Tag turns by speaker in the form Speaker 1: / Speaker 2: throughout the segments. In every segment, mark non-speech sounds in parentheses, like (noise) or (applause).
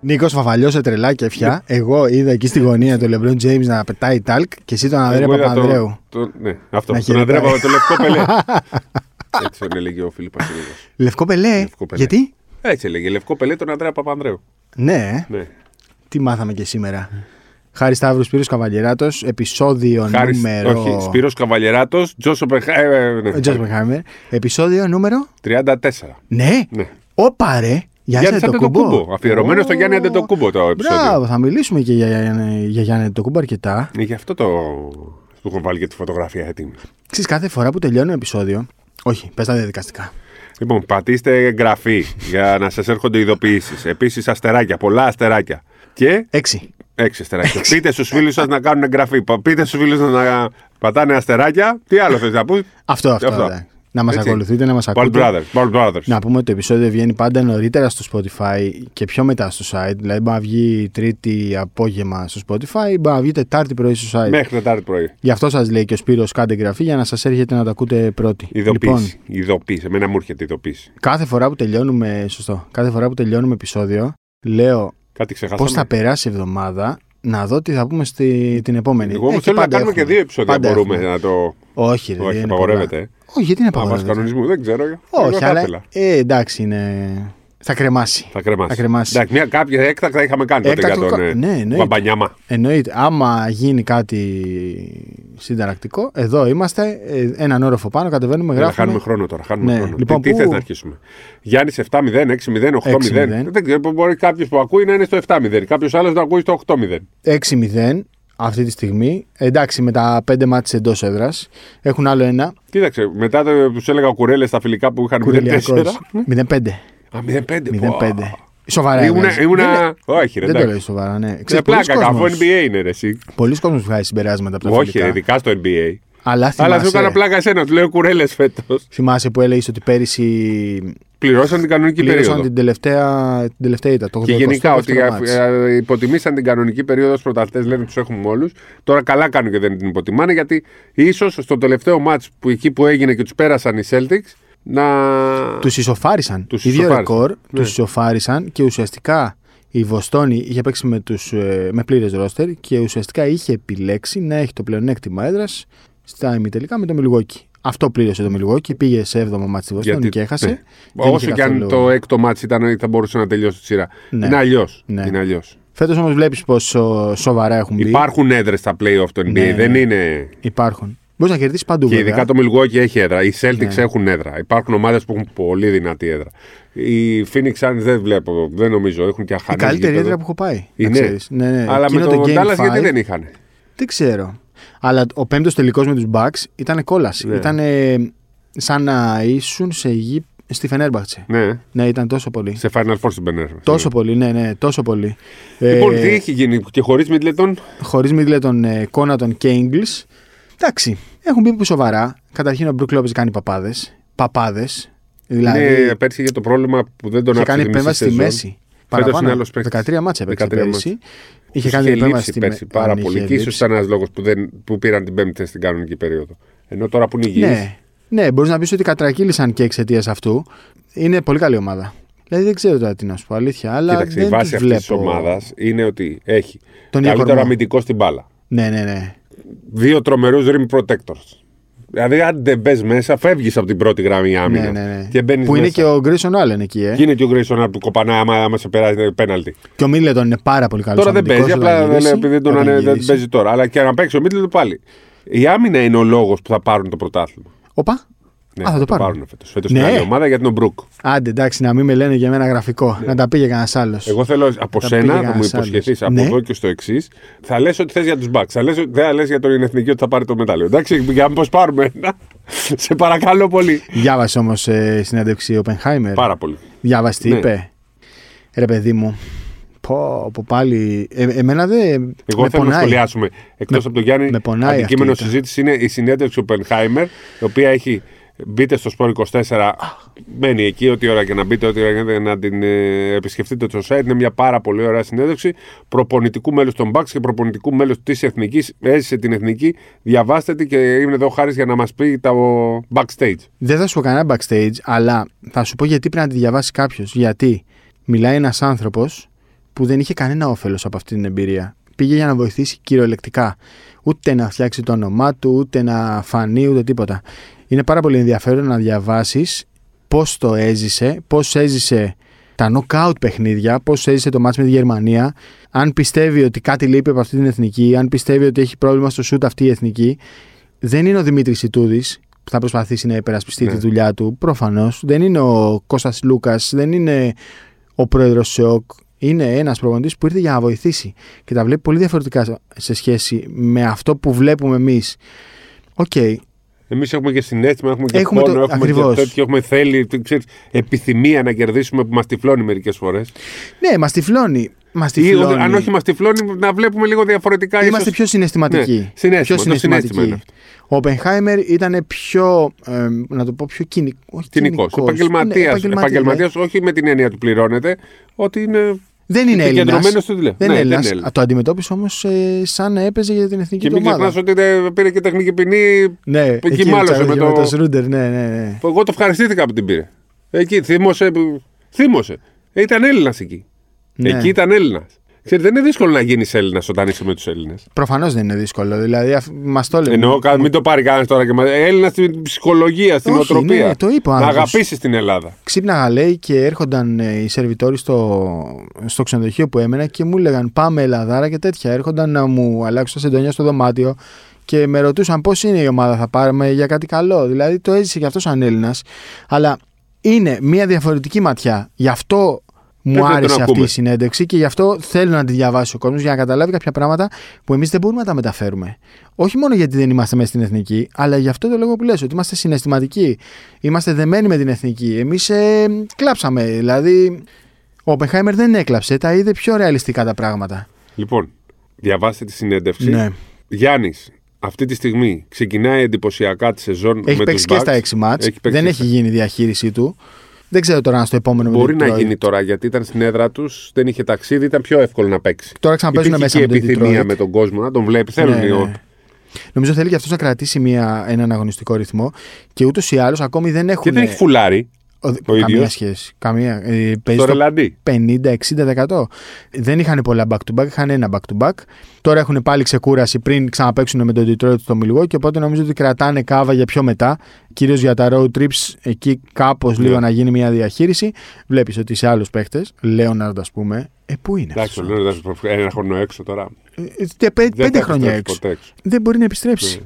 Speaker 1: Νίκος Φαφαλιός σε τρελά και φιά.
Speaker 2: Ναι.
Speaker 1: Εγώ είδα εκεί στη γωνία τον Λεμπρόν Τζέιμ να πετάει τάλκ και εσύ τον Ανδρέα
Speaker 2: Εγώ είδα
Speaker 1: Παπανδρέου.
Speaker 2: Το, το, ναι, αυτό.
Speaker 1: Να
Speaker 2: τον Ανδρέα
Speaker 1: χαιρετάει.
Speaker 2: Παπα- το λευκό πελέ.
Speaker 1: (laughs)
Speaker 2: Έτσι τον έλεγε ο Φίλιππ Ασύλλογος.
Speaker 1: Λευκό πελέ.
Speaker 2: Λευκό πελέ.
Speaker 1: Γιατί?
Speaker 2: Έτσι έλεγε. Λευκό πελέ τον Ανδρέα Παπανδρέου.
Speaker 1: Ναι, ε.
Speaker 2: Ναι.
Speaker 1: τι μάθαμε και σήμερα. Χάρη Σταύρου Σπύρου Καβαλιεράτος, επεισόδιο
Speaker 2: Χάρης-
Speaker 1: νούμερο.
Speaker 2: Όχι, Σπύρος Καβαλιεράτος, Τζος Οπενχάιμερ, ναι.
Speaker 1: Ο Τζος Μπενχάιμερ. Επεισόδιο νούμερο.
Speaker 2: 34.
Speaker 1: Ναι.
Speaker 2: Ναι.
Speaker 1: Όπα ρε. Γιάννη
Speaker 2: Γιάννης Αντετοκούμπο.
Speaker 1: Αντετοκούμπο.
Speaker 2: Αφιερωμένος στο Γιάννη Αντετοκούμπο το επεισόδιο.
Speaker 1: Μπράβο, θα μιλήσουμε και για, για, για Γιάννη Αντετοκούμπο αρκετά.
Speaker 2: Ναι, Γι' αυτό το. Του έχω βάλει και τη φωτογραφία έτοιμη.
Speaker 1: Ξέρεις, κάθε φορά που τελειώνω επεισόδιο. Όχι, πες τα διαδικαστικά.
Speaker 2: Λοιπόν, πατήστε εγγραφή για να σας έρχονται ειδοποιήσεις. Επίσης, αστεράκια, πολλά αστεράκια. Και
Speaker 1: Έξι.
Speaker 2: έξι αστεράκια. Πείτε στους φίλους σας να κάνουν εγγραφή. Πα- Πείτε στους φίλους σας να πατάνε αστεράκια. Τι άλλο θες να πεις.
Speaker 1: Αυτό, αυτό.
Speaker 2: Αυτό.
Speaker 1: εντάξει. Να μας
Speaker 2: Έτσι.
Speaker 1: ακολουθείτε, να μας
Speaker 2: Ball
Speaker 1: ακούτε.
Speaker 2: Brothers. Ball Brothers.
Speaker 1: Να πούμε ότι το επεισόδιο βγαίνει πάντα νωρίτερα στο Spotify και πιο μετά στο site. Δηλαδή, μπορεί να βγει Τρίτη απόγευμα στο Spotify, μπορεί να βγει Τετάρτη πρωί στο site.
Speaker 2: Μέχρι Τετάρτη πρωί.
Speaker 1: Γι' αυτό σας λέει και ο Σπύρος κάντε εγγραφή για να σας έρχεται να τα ακούτε πρώτοι. Λοιπόν,
Speaker 2: Ειδοποίηση. Ειδοποίηση. Εμένα μου έρχεται ειδοποίηση.
Speaker 1: κάθε φορά που τελειώνουμε. Σωστό. Κάθε φορά που τελειώνουμε επεισόδιο, λέω
Speaker 2: Κάτι
Speaker 1: πώς θα
Speaker 2: ξεχάσαμε.
Speaker 1: περάσει η εβδομάδα να δω τι θα πούμε στη, την επόμενη.
Speaker 2: Εγώ όμω
Speaker 1: Ε, και
Speaker 2: θέλω να
Speaker 1: πάντα
Speaker 2: κάνουμε και
Speaker 1: έχουμε.
Speaker 2: δύο επεισόδια. αν
Speaker 1: Πάντα
Speaker 2: Μπορούμε
Speaker 1: έχουμε.
Speaker 2: να το.
Speaker 1: Όχι, ρε,
Speaker 2: Όχι,
Speaker 1: δεν είναι
Speaker 2: απαγορεύεται.
Speaker 1: πολλά.
Speaker 2: ε.
Speaker 1: Όχι, γιατί είναι
Speaker 2: Α, βάσει
Speaker 1: απαγορεύεται.
Speaker 2: κανονισμού, δεν ξέρω. Εγώ
Speaker 1: Όχι,
Speaker 2: θα
Speaker 1: αλλά.
Speaker 2: ήθελα.
Speaker 1: Ε, εντάξει, είναι. Θα κρεμάσει.
Speaker 2: Θα κρεμάσει.
Speaker 1: Θα κρεμάσει.
Speaker 2: Εντάξει, μια, κάποια έκτακτα είχαμε κάνει τότε για
Speaker 1: Έκτακτο
Speaker 2: τον
Speaker 1: κα-
Speaker 2: ε,
Speaker 1: ναι, εννοείται.
Speaker 2: Μπαμπανιάμα.
Speaker 1: Εννοείται, άμα γίνει κάτι συνταρακτικό, εδώ είμαστε, ε, έναν όροφο πάνω, κατεβαίνουμε,
Speaker 2: Έλα,
Speaker 1: γράφουμε.
Speaker 2: Χάνουμε χρόνο τώρα. Χάνουμε
Speaker 1: Ναι.
Speaker 2: χρόνο.
Speaker 1: Λοιπόν,
Speaker 2: τι τι
Speaker 1: πού-
Speaker 2: θες να αρχίσουμε. Γιάννης 7-0, 6-0, 8-0.
Speaker 1: 6-0.
Speaker 2: Δεν ξέρω, μπορεί κάποιος που ακούει να είναι στο 7-0. Κάποιος άλλος να ακούει στο 8-0.
Speaker 1: 6-0 αυτή τη στιγμή. Εντάξει, με τα 5 μάτια εντός έδρας. Έχουν άλλο ένα.
Speaker 2: Κοίταξε, μετά τους έλεγα ο Κουρέλες στα φιλικά που είχαν 0-4.
Speaker 1: Κουρελιακός. 0-5.
Speaker 2: Α, 0-5.
Speaker 1: 0-5.
Speaker 2: πω.
Speaker 1: Σοβαρά.
Speaker 2: Ε, Ήμουνα.
Speaker 1: εννοείς.
Speaker 2: ήμουνα-
Speaker 1: Δεν-
Speaker 2: Όχι, ρε.
Speaker 1: Δεν το
Speaker 2: εντάξει.
Speaker 1: λέει σοβαρά, ναι.
Speaker 2: Σε
Speaker 1: Ξέρεις, πολλοί
Speaker 2: πλάκα, καφό
Speaker 1: κόσμος,
Speaker 2: NBA είναι ρε, εσύ.
Speaker 1: πολλοί κόσμος βγάζει συμπεράσματα από τα
Speaker 2: Όχι, ρε,
Speaker 1: φιλικά.
Speaker 2: ειδικά στο NBA.
Speaker 1: Αλλά
Speaker 2: Αλλά σου έκανα
Speaker 1: θυμάσαι,
Speaker 2: πλάκα εσένα, του λέω κουρέλες φέτος.
Speaker 1: θυμάσαι που έλεγες ότι πέρυσι
Speaker 2: Πληρώσαν την κανονική περίοδο.
Speaker 1: πλήρωσαν την τελευταία, την τελευταία ήττα. Το
Speaker 2: Και
Speaker 1: 82
Speaker 2: γενικά ότι
Speaker 1: δεύτερο μάτς.
Speaker 2: ε, ε, υποτιμήσαν την κανονική περίοδο στου πρωταθλητές, λένε τους έχουμε όλους. Τώρα καλά κάνουν και δεν την υποτιμάνε γιατί ίσως στο τελευταίο μάτ που εκεί που έγινε και τους πέρασαν οι Celtics να.
Speaker 1: Τους ισοφάρισαν.
Speaker 2: Τους
Speaker 1: Ίδιο
Speaker 2: ισοφάρισαν.
Speaker 1: ρεκόρ,
Speaker 2: Ναι.
Speaker 1: τους ισοφάρισαν και ουσιαστικά η Βοστόνη είχε παίξει με, τους, ε, με πλήρες ρόστερ και ουσιαστικά είχε επιλέξει να έχει το πλεονέκτημα έδρας στα ημιτελικά με το Μιλγόκι. Αυτό πλήρωσε το Μιλγόκι, πήγε σε 7ο μάτι στη Βοστόνη
Speaker 2: Γιατί-
Speaker 1: και έχασε.
Speaker 2: ναι.
Speaker 1: Δεν
Speaker 2: Όσο
Speaker 1: είχε
Speaker 2: και αν
Speaker 1: καθόλου-
Speaker 2: το έκτο μάτ ήταν, θα μπορούσε να τελειώσει τη σειρά.
Speaker 1: Ναι.
Speaker 2: Είναι αλλιώς.
Speaker 1: Ναι.
Speaker 2: Είναι αλλιώς.
Speaker 1: Φέτος όμως βλέπεις πόσο σοβαρά έχουν μπει.
Speaker 2: Υπάρχουν έδρες στα playoff του NBA.
Speaker 1: Ναι, ναι.
Speaker 2: Δεν είναι.
Speaker 1: Υπάρχουν. Μπορείς να κερδίσεις παντού.
Speaker 2: Και
Speaker 1: βέβαια. Ναι.
Speaker 2: ειδικά το Milwaukee έχει έδρα. Οι Celtics έχουν έδρα. Υπάρχουν ομάδες που έχουν πολύ δυνατή έδρα. Οι Phoenix Suns δεν βλέπω, δεν νομίζω. Έχουν και αχανέ.
Speaker 1: Η καλύτερη έδρα που έχω πάει. να
Speaker 2: Είναι.
Speaker 1: ξέρεις. Ναι, ναι.
Speaker 2: Αλλά με
Speaker 1: Εκείνο
Speaker 2: τον
Speaker 1: Game
Speaker 2: Dallas
Speaker 1: Five,
Speaker 2: γιατί δεν είχαν.
Speaker 1: Δεν ξέρω. Αλλά ο πέμπτος τελικός με τους Bucks ήταν κόλαση.
Speaker 2: Ναι.
Speaker 1: Ήταν σαν να ήσουν σε γη στη Φενέρμπαχτσε.
Speaker 2: Ναι.
Speaker 1: Ναι, ήταν τόσο πολύ.
Speaker 2: Σε Final Four στην Μπενέρ.
Speaker 1: Τόσο ε, πολύ, ναι, ναι, τόσο πολύ.
Speaker 2: Λοιπόν, τι έχει γίνει και χωρίς Μίτλετον.
Speaker 1: Χωρί Μίτλετον, ε, Κόνατον και Ίγκλ. Εντάξει, έχουν μπει που σοβαρά. Καταρχήν ο Μπρουκ Λόπε κάνει παπάδες. Παπάδες. Δηλαδή.
Speaker 2: Είναι ναι, πέρσι για το πρόβλημα που δεν τον
Speaker 1: είχε
Speaker 2: άφησε.
Speaker 1: κάνει
Speaker 2: τη μισή
Speaker 1: επέμβαση στη
Speaker 2: σεζόν.
Speaker 1: μέση.
Speaker 2: είναι
Speaker 1: Παραπάνω.
Speaker 2: άλλος παίκτης.
Speaker 1: 13 μάτσα έπαιξε
Speaker 2: 13 μάτς.
Speaker 1: πέρυσι.
Speaker 2: Τους
Speaker 1: Είχε κάνει επέμβαση
Speaker 2: λείψει
Speaker 1: στη
Speaker 2: πέρσι
Speaker 1: μέση.
Speaker 2: πάρα πολύ. Και ίσως ήταν ένας λόγος που, δεν- που πήραν την πέμπτη στην κανονική περίοδο. Ενώ τώρα που είναι υγιή.
Speaker 1: Ναι, ναι μπορείς να πεις ότι κατρακύλησαν και εξαιτίας αυτού. Είναι πολύ καλή ομάδα. Δηλαδή δεν ξέρω τώρα τι να σου πω, αλήθεια. Αλλά
Speaker 2: Κοίταξε, η
Speaker 1: δεν
Speaker 2: βάση
Speaker 1: τους
Speaker 2: αυτής της
Speaker 1: βλέπω.
Speaker 2: ομάδας είναι ότι έχει
Speaker 1: Τον
Speaker 2: καλύτερο
Speaker 1: Ιακορμό.
Speaker 2: αμυντικό στην μπάλα.
Speaker 1: Ναι, ναι, ναι.
Speaker 2: Δύο τρομερούς rim protectors. Δηλαδή, αν δεν μπες μέσα, φεύγεις από την πρώτη γραμμή
Speaker 1: ναι,
Speaker 2: άμυνα.
Speaker 1: ναι, ναι.
Speaker 2: Και μπαίνεις
Speaker 1: που
Speaker 2: μέσα.
Speaker 1: είναι και ο Γκρίσον Άλεν εκεί, ε.
Speaker 2: Και είναι και ο Γκρέισον από του κοπανά, άμα, άμα σε περάσει ε, πέναλτι.
Speaker 1: Και ο Μίλετον είναι πάρα πολύ καλός.
Speaker 2: Τώρα δεν παίζει, απλά δεν, επειδή δεν, τον, ανε- δεν παίζει τώρα. Αλλά και να παίξει ο Μίτλετον πάλι. Η άμυνα είναι ο λόγος που θα πάρουν το πρωτάθλημα. Ναι,
Speaker 1: Οπα. Α, θα το πάρουν.
Speaker 2: φέτος. Φέτος είναι
Speaker 1: Ναι.
Speaker 2: άλλη ομάδα για τον Μπρουκ.
Speaker 1: Άντε, εντάξει, να μην με λένε για μένα γραφικό. Να τα πήγε κανένας άλλος.
Speaker 2: Ναι. Εγώ θέλω από
Speaker 1: Τα
Speaker 2: σένα,
Speaker 1: πήγα
Speaker 2: θα μου
Speaker 1: σ' άλλους.
Speaker 2: υποσχεθείς από
Speaker 1: Ναι.
Speaker 2: εδώ και στο εξής, θα λες ότι θες για τους Μπακ. Θα λες, ότι- δεν θα λες για τον Εθνική ότι θα πάρει το μετάλλιο. Εντάξει, για να πώς πάρουμε ένα. σε παρακαλώ πολύ.
Speaker 1: Ναι. Διάβασε όμως ε, συνέντευξη Οπενχάιμερ.
Speaker 2: Πάρα πολύ.
Speaker 1: Διάβασε τι
Speaker 2: Ναι.
Speaker 1: είπε. Ρε παιδί μου. Πω, πω πάλι. Ε, εμένα δεν.
Speaker 2: Εγώ
Speaker 1: με
Speaker 2: θέλω να
Speaker 1: πονάει.
Speaker 2: σχολιάσουμε. Εκτός από τον Γιάννη,
Speaker 1: με πονάει
Speaker 2: αντικείμενο
Speaker 1: αυτή η
Speaker 2: συζήτηση είναι η συνέντευξη Οπενχάιμερ, η οποία έχει. Μπείτε στο Σπορ 24, μένει εκεί ό,τι ώρα και να μπείτε, ό,τι ώρα και να- να την ε, επισκεφτείτε το site. Είναι μια πάρα πολύ ωραία συνέντευξη προπονητικού μέλους των Bucks και προπονητικού μέλους της Εθνικής. Έζησε την Εθνική, διαβάστε τη και είναι εδώ χάρης για να μας πει τα ο, backstage.
Speaker 1: Δεν θα σου πω κανένα backstage, αλλά θα σου πω γιατί πρέπει να τη διαβάσει κάποιος. Γιατί μιλάει ένας άνθρωπος που δεν είχε κανένα όφελος από αυτή την εμπειρία. Πήγε για να βοηθήσει κυριολεκτικά. Ούτε να φτιάξει το όνομά του, ούτε να φανεί, ούτε τίποτα. Είναι πάρα πολύ ενδιαφέρον να διαβάσεις πώς το έζησε, πώς έζησε τα knockout παιχνίδια, πώς έζησε το μάτς με τη Γερμανία, αν πιστεύει ότι κάτι λείπει από αυτή την εθνική, αν πιστεύει ότι έχει πρόβλημα στο σουτ αυτή η εθνική. Δεν είναι ο Δημήτρης Ιτούδης που θα προσπαθήσει να υπερασπιστεί
Speaker 2: Ναι.
Speaker 1: τη δουλειά του, προφανώς. Δεν είναι ο Κώστας Λούκας, δεν είναι ο πρόεδρος ΣΕΟΚ. Είναι ένας προπονητής που ήρθε για να βοηθήσει και τα βλέπει πολύ διαφορετικά σε σχέση με αυτό που βλέπουμε εμείς. Οκ, Ναι,
Speaker 2: Εμείς έχουμε και συνέστημα, έχουμε και
Speaker 1: Έχουμε το-
Speaker 2: πόνο, έχουμε
Speaker 1: ακριβώς.
Speaker 2: και τέτοιο, έχουμε θέλει, το ξέρεις, επιθυμία να κερδίσουμε που μας τυφλώνει μερικές φορές.
Speaker 1: ναι, μας τυφλώνει. Μας
Speaker 2: Ή
Speaker 1: τυφλώνει.
Speaker 2: αν όχι μας τυφλώνει, να βλέπουμε λίγο διαφορετικά.
Speaker 1: Είμαστε
Speaker 2: ίσως.
Speaker 1: πιο συναισθηματικοί.
Speaker 2: Ναι, συνέστημα,
Speaker 1: πιο
Speaker 2: το συνέστημα είναι αυτό.
Speaker 1: Ο Οπενχάιμερ ήταν πιο. ε, να το πω πιο κοινικό. Όχι
Speaker 2: Κοινικός.
Speaker 1: κοινικός. Ναι,
Speaker 2: Επαγγελματίας.
Speaker 1: επαγγελματίας.
Speaker 2: Επαγγελματία, όχι με την έννοια του πληρώνεται, ότι είναι.
Speaker 1: Δεν είναι Έλληνας.
Speaker 2: Επικεντρωμένος στο τηλέφωνο.
Speaker 1: Δεν είναι
Speaker 2: Ναι, δεν είναι
Speaker 1: Έλληνας.
Speaker 2: Έλληνας.
Speaker 1: Το αντιμετώπισε όμως σαν να έπαιζε για την εθνική
Speaker 2: Και
Speaker 1: του
Speaker 2: μην
Speaker 1: ομάδα.
Speaker 2: ξεχνάς ότι ε, πήρε και τεχνική ποινή
Speaker 1: Ναι,
Speaker 2: Εκεί
Speaker 1: εκεί
Speaker 2: μάλωσε
Speaker 1: ήταν,
Speaker 2: με
Speaker 1: και
Speaker 2: το-
Speaker 1: με το Σρούντερ. Ναι, ναι, ναι.
Speaker 2: Εγώ το ευχαριστήθηκα που την πήρε. Εκεί θύμωσε. που- θύμωσε. Ε, Ήταν Έλληνας εκεί.
Speaker 1: Ναι.
Speaker 2: Εκεί ήταν Έλληνας. Ξέρετε, δεν είναι δύσκολο να γίνεις Έλληνας όταν είσαι με τους Έλληνες.
Speaker 1: Προφανώς δεν είναι δύσκολο. Δηλαδή, μας το λέμε.
Speaker 2: Εννοώ, κα- μην το πάρει κανένας τώρα και μας. Έλληνας στην ψυχολογία, στην
Speaker 1: Όχι,
Speaker 2: οτροπία.
Speaker 1: ναι, το είπε ο
Speaker 2: να
Speaker 1: άνθρωπος.
Speaker 2: αγαπήσεις την Ελλάδα.
Speaker 1: Ξύπναγα λέει και έρχονταν ε, οι σερβιτόροι στο, στο ξενοδοχείο που έμενα και μου λέγαν πάμε Ελλαδάρα και τέτοια. Έρχονταν να μου αλλάξουν τα σεντόνια στο δωμάτιο και με ρωτούσαν πώς είναι η ομάδα, θα πάρουμε για κάτι καλό. Δηλαδή το έζησε και αυτός σαν Έλληνας. Αλλά είναι μια διαφορετική ματιά. Γι' αυτό
Speaker 2: Πρέπει
Speaker 1: μου
Speaker 2: να τον
Speaker 1: άρεσε αυτή
Speaker 2: ακούμε.
Speaker 1: η συνέντευξη και γι' αυτό θέλω να τη διαβάσει ο κόσμος για να καταλάβει κάποια πράγματα που εμείς δεν μπορούμε να τα μεταφέρουμε. Όχι μόνο γιατί δεν είμαστε μέσα στην εθνική, αλλά γι' αυτό το λόγο που λες, ότι είμαστε συναισθηματικοί. Είμαστε δεμένοι με την εθνική. Εμείς ε, κλάψαμε. Δηλαδή, ο Οπενχάιμερ δεν έκλαψε, τα είδε πιο ρεαλιστικά τα πράγματα.
Speaker 2: Λοιπόν, διαβάστε τη συνέντευξη.
Speaker 1: Ναι.
Speaker 2: Γιάννης, αυτή τη στιγμή ξεκινάει εντυπωσιακά τη σεζόν
Speaker 1: Έχει
Speaker 2: με
Speaker 1: παίξει
Speaker 2: τους
Speaker 1: και στα
Speaker 2: Bucks.
Speaker 1: 6 μάτς,
Speaker 2: Έχει παίξει
Speaker 1: Δεν
Speaker 2: και
Speaker 1: έχει
Speaker 2: στα-
Speaker 1: γίνει η διαχείρισή του. Δεν ξέρω τώρα αν στο επόμενο με
Speaker 2: Μπορεί
Speaker 1: το
Speaker 2: να
Speaker 1: Detroit.
Speaker 2: γίνει τώρα γιατί ήταν στην έδρα τους, δεν είχε ταξίδι, ήταν πιο εύκολο να παίξει.
Speaker 1: Τώρα ξαναπαίζουν
Speaker 2: Υπήρχε
Speaker 1: μέσα
Speaker 2: και
Speaker 1: με τον
Speaker 2: επιθυμία
Speaker 1: Detroit.
Speaker 2: με τον κόσμο να τον βλέπει. Θέλουν
Speaker 1: Ναι,
Speaker 2: οι-
Speaker 1: ναι. Νομίζω θέλει και αυτός να κρατήσει μια, έναν αγωνιστικό ρυθμό και ούτως ή άλλως ακόμη δεν έχουν.
Speaker 2: Και δεν έχει φουλάρει
Speaker 1: Ο-
Speaker 2: Ο
Speaker 1: καμία
Speaker 2: ίδιος.
Speaker 1: σχέση. Καμία. Ε, παίζει το
Speaker 2: το ρελαντί.
Speaker 1: 50-60%. Δεν είχαν πολλά back-to-back, είχαν ένα back-to-back. Τώρα έχουν πάλι ξεκούραση πριν ξαναπαίξουν με τον Detroit στο Μιλγό και οπότε νομίζω ότι κρατάνε κάβα για πιο μετά. Κυρίως για τα road trips, εκεί κάπως
Speaker 2: Ναι.
Speaker 1: λίγο να γίνει μια διαχείριση. Βλέπεις ότι σε άλλους παίχτες, Λέοναρντ ας πούμε, ε, πού είναι.
Speaker 2: Εντάξει,
Speaker 1: αυτός?
Speaker 2: ο Λέοναρντ ένα χρόνο έξω τώρα.
Speaker 1: Ε, τε- πέ-
Speaker 2: Δεν
Speaker 1: πέντε
Speaker 2: θα
Speaker 1: χρόνια
Speaker 2: επιστρέψει
Speaker 1: έξω.
Speaker 2: ποτέ έξω.
Speaker 1: Δεν μπορεί να επιστρέψει.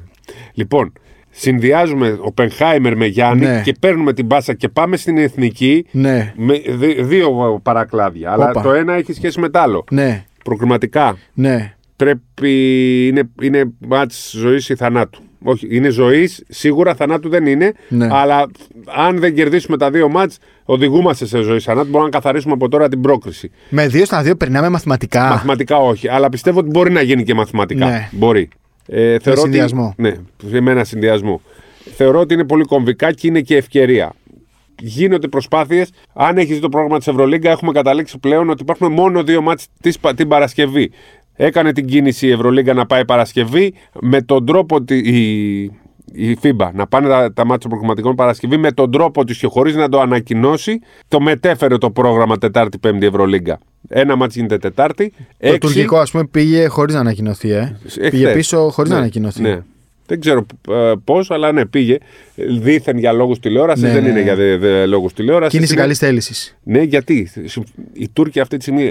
Speaker 2: Λοιπόν, συνδυάζουμε ο Πενχάιμερ με Γιάννη
Speaker 1: Ναι.
Speaker 2: και παίρνουμε την μπάσα και πάμε στην εθνική.
Speaker 1: Ναι,
Speaker 2: Με δι- δύο παρακλάδια. Αλλά
Speaker 1: Όπα.
Speaker 2: το ένα έχει σχέση με το άλλο.
Speaker 1: ναι,
Speaker 2: Προκριματικά.
Speaker 1: ναι.
Speaker 2: Πρέπει. Είναι, είναι μάτς ζωής ή θανάτου. Όχι, είναι ζωής, σίγουρα θανάτου δεν είναι.
Speaker 1: Ναι.
Speaker 2: Αλλά αν δεν κερδίσουμε τα δύο μάτς οδηγούμαστε σε ζωή θανάτου. Μπορούμε να καθαρίσουμε από τώρα την πρόκριση.
Speaker 1: Με δύο στα δύο περνάμε μαθηματικά.
Speaker 2: Μαθηματικά όχι, αλλά πιστεύω ότι μπορεί να γίνει και μαθηματικά.
Speaker 1: Ναι.
Speaker 2: Μπορεί. Ε, θεωρώ ότι-
Speaker 1: συνδυασμό.
Speaker 2: ναι, με ένα συνδυασμό. Θεωρώ ότι είναι πολύ κομβικά και είναι και ευκαιρία. Γίνονται προσπάθειες. Αν έχεις το πρόγραμμα της Ευρωλίγκα, έχουμε καταλήξει πλέον ότι υπάρχουν μόνο δύο μάτς της, Πα- την Παρασκευή. Έκανε την κίνηση η Ευρωλίγκα να πάει Παρασκευή με τον τρόπο ότι η, η FIBA να πάνε τα, τα μάτια των προγραμματικών Παρασκευή με τον τρόπο της και χωρίς να το ανακοινώσει. Το μετέφερε το πρόγραμμα Τετάρτη-Πέμπτη Ευρωλίγκα. Ένα μάτς γίνεται Τετάρτη.
Speaker 1: Το τουρκικό, ας πούμε, πήγε χωρίς να ανακοινωθεί. Ε. Πήγε
Speaker 2: Εχθές.
Speaker 1: πίσω χωρίς
Speaker 2: Ναι,
Speaker 1: να ανακοινωθεί.
Speaker 2: Ναι. Δεν ξέρω πώς, αλλά ναι, πήγε. Δήθεν για λόγους τηλεόρασης,
Speaker 1: Ναι,
Speaker 2: δεν
Speaker 1: ναι,
Speaker 2: είναι
Speaker 1: ναι.
Speaker 2: για λόγους τηλεόρασης.
Speaker 1: Κίνηση καλής θέλησης.
Speaker 2: Ναι, γιατί συμφ- οι Τούρκοι αυτή τη στιγμή.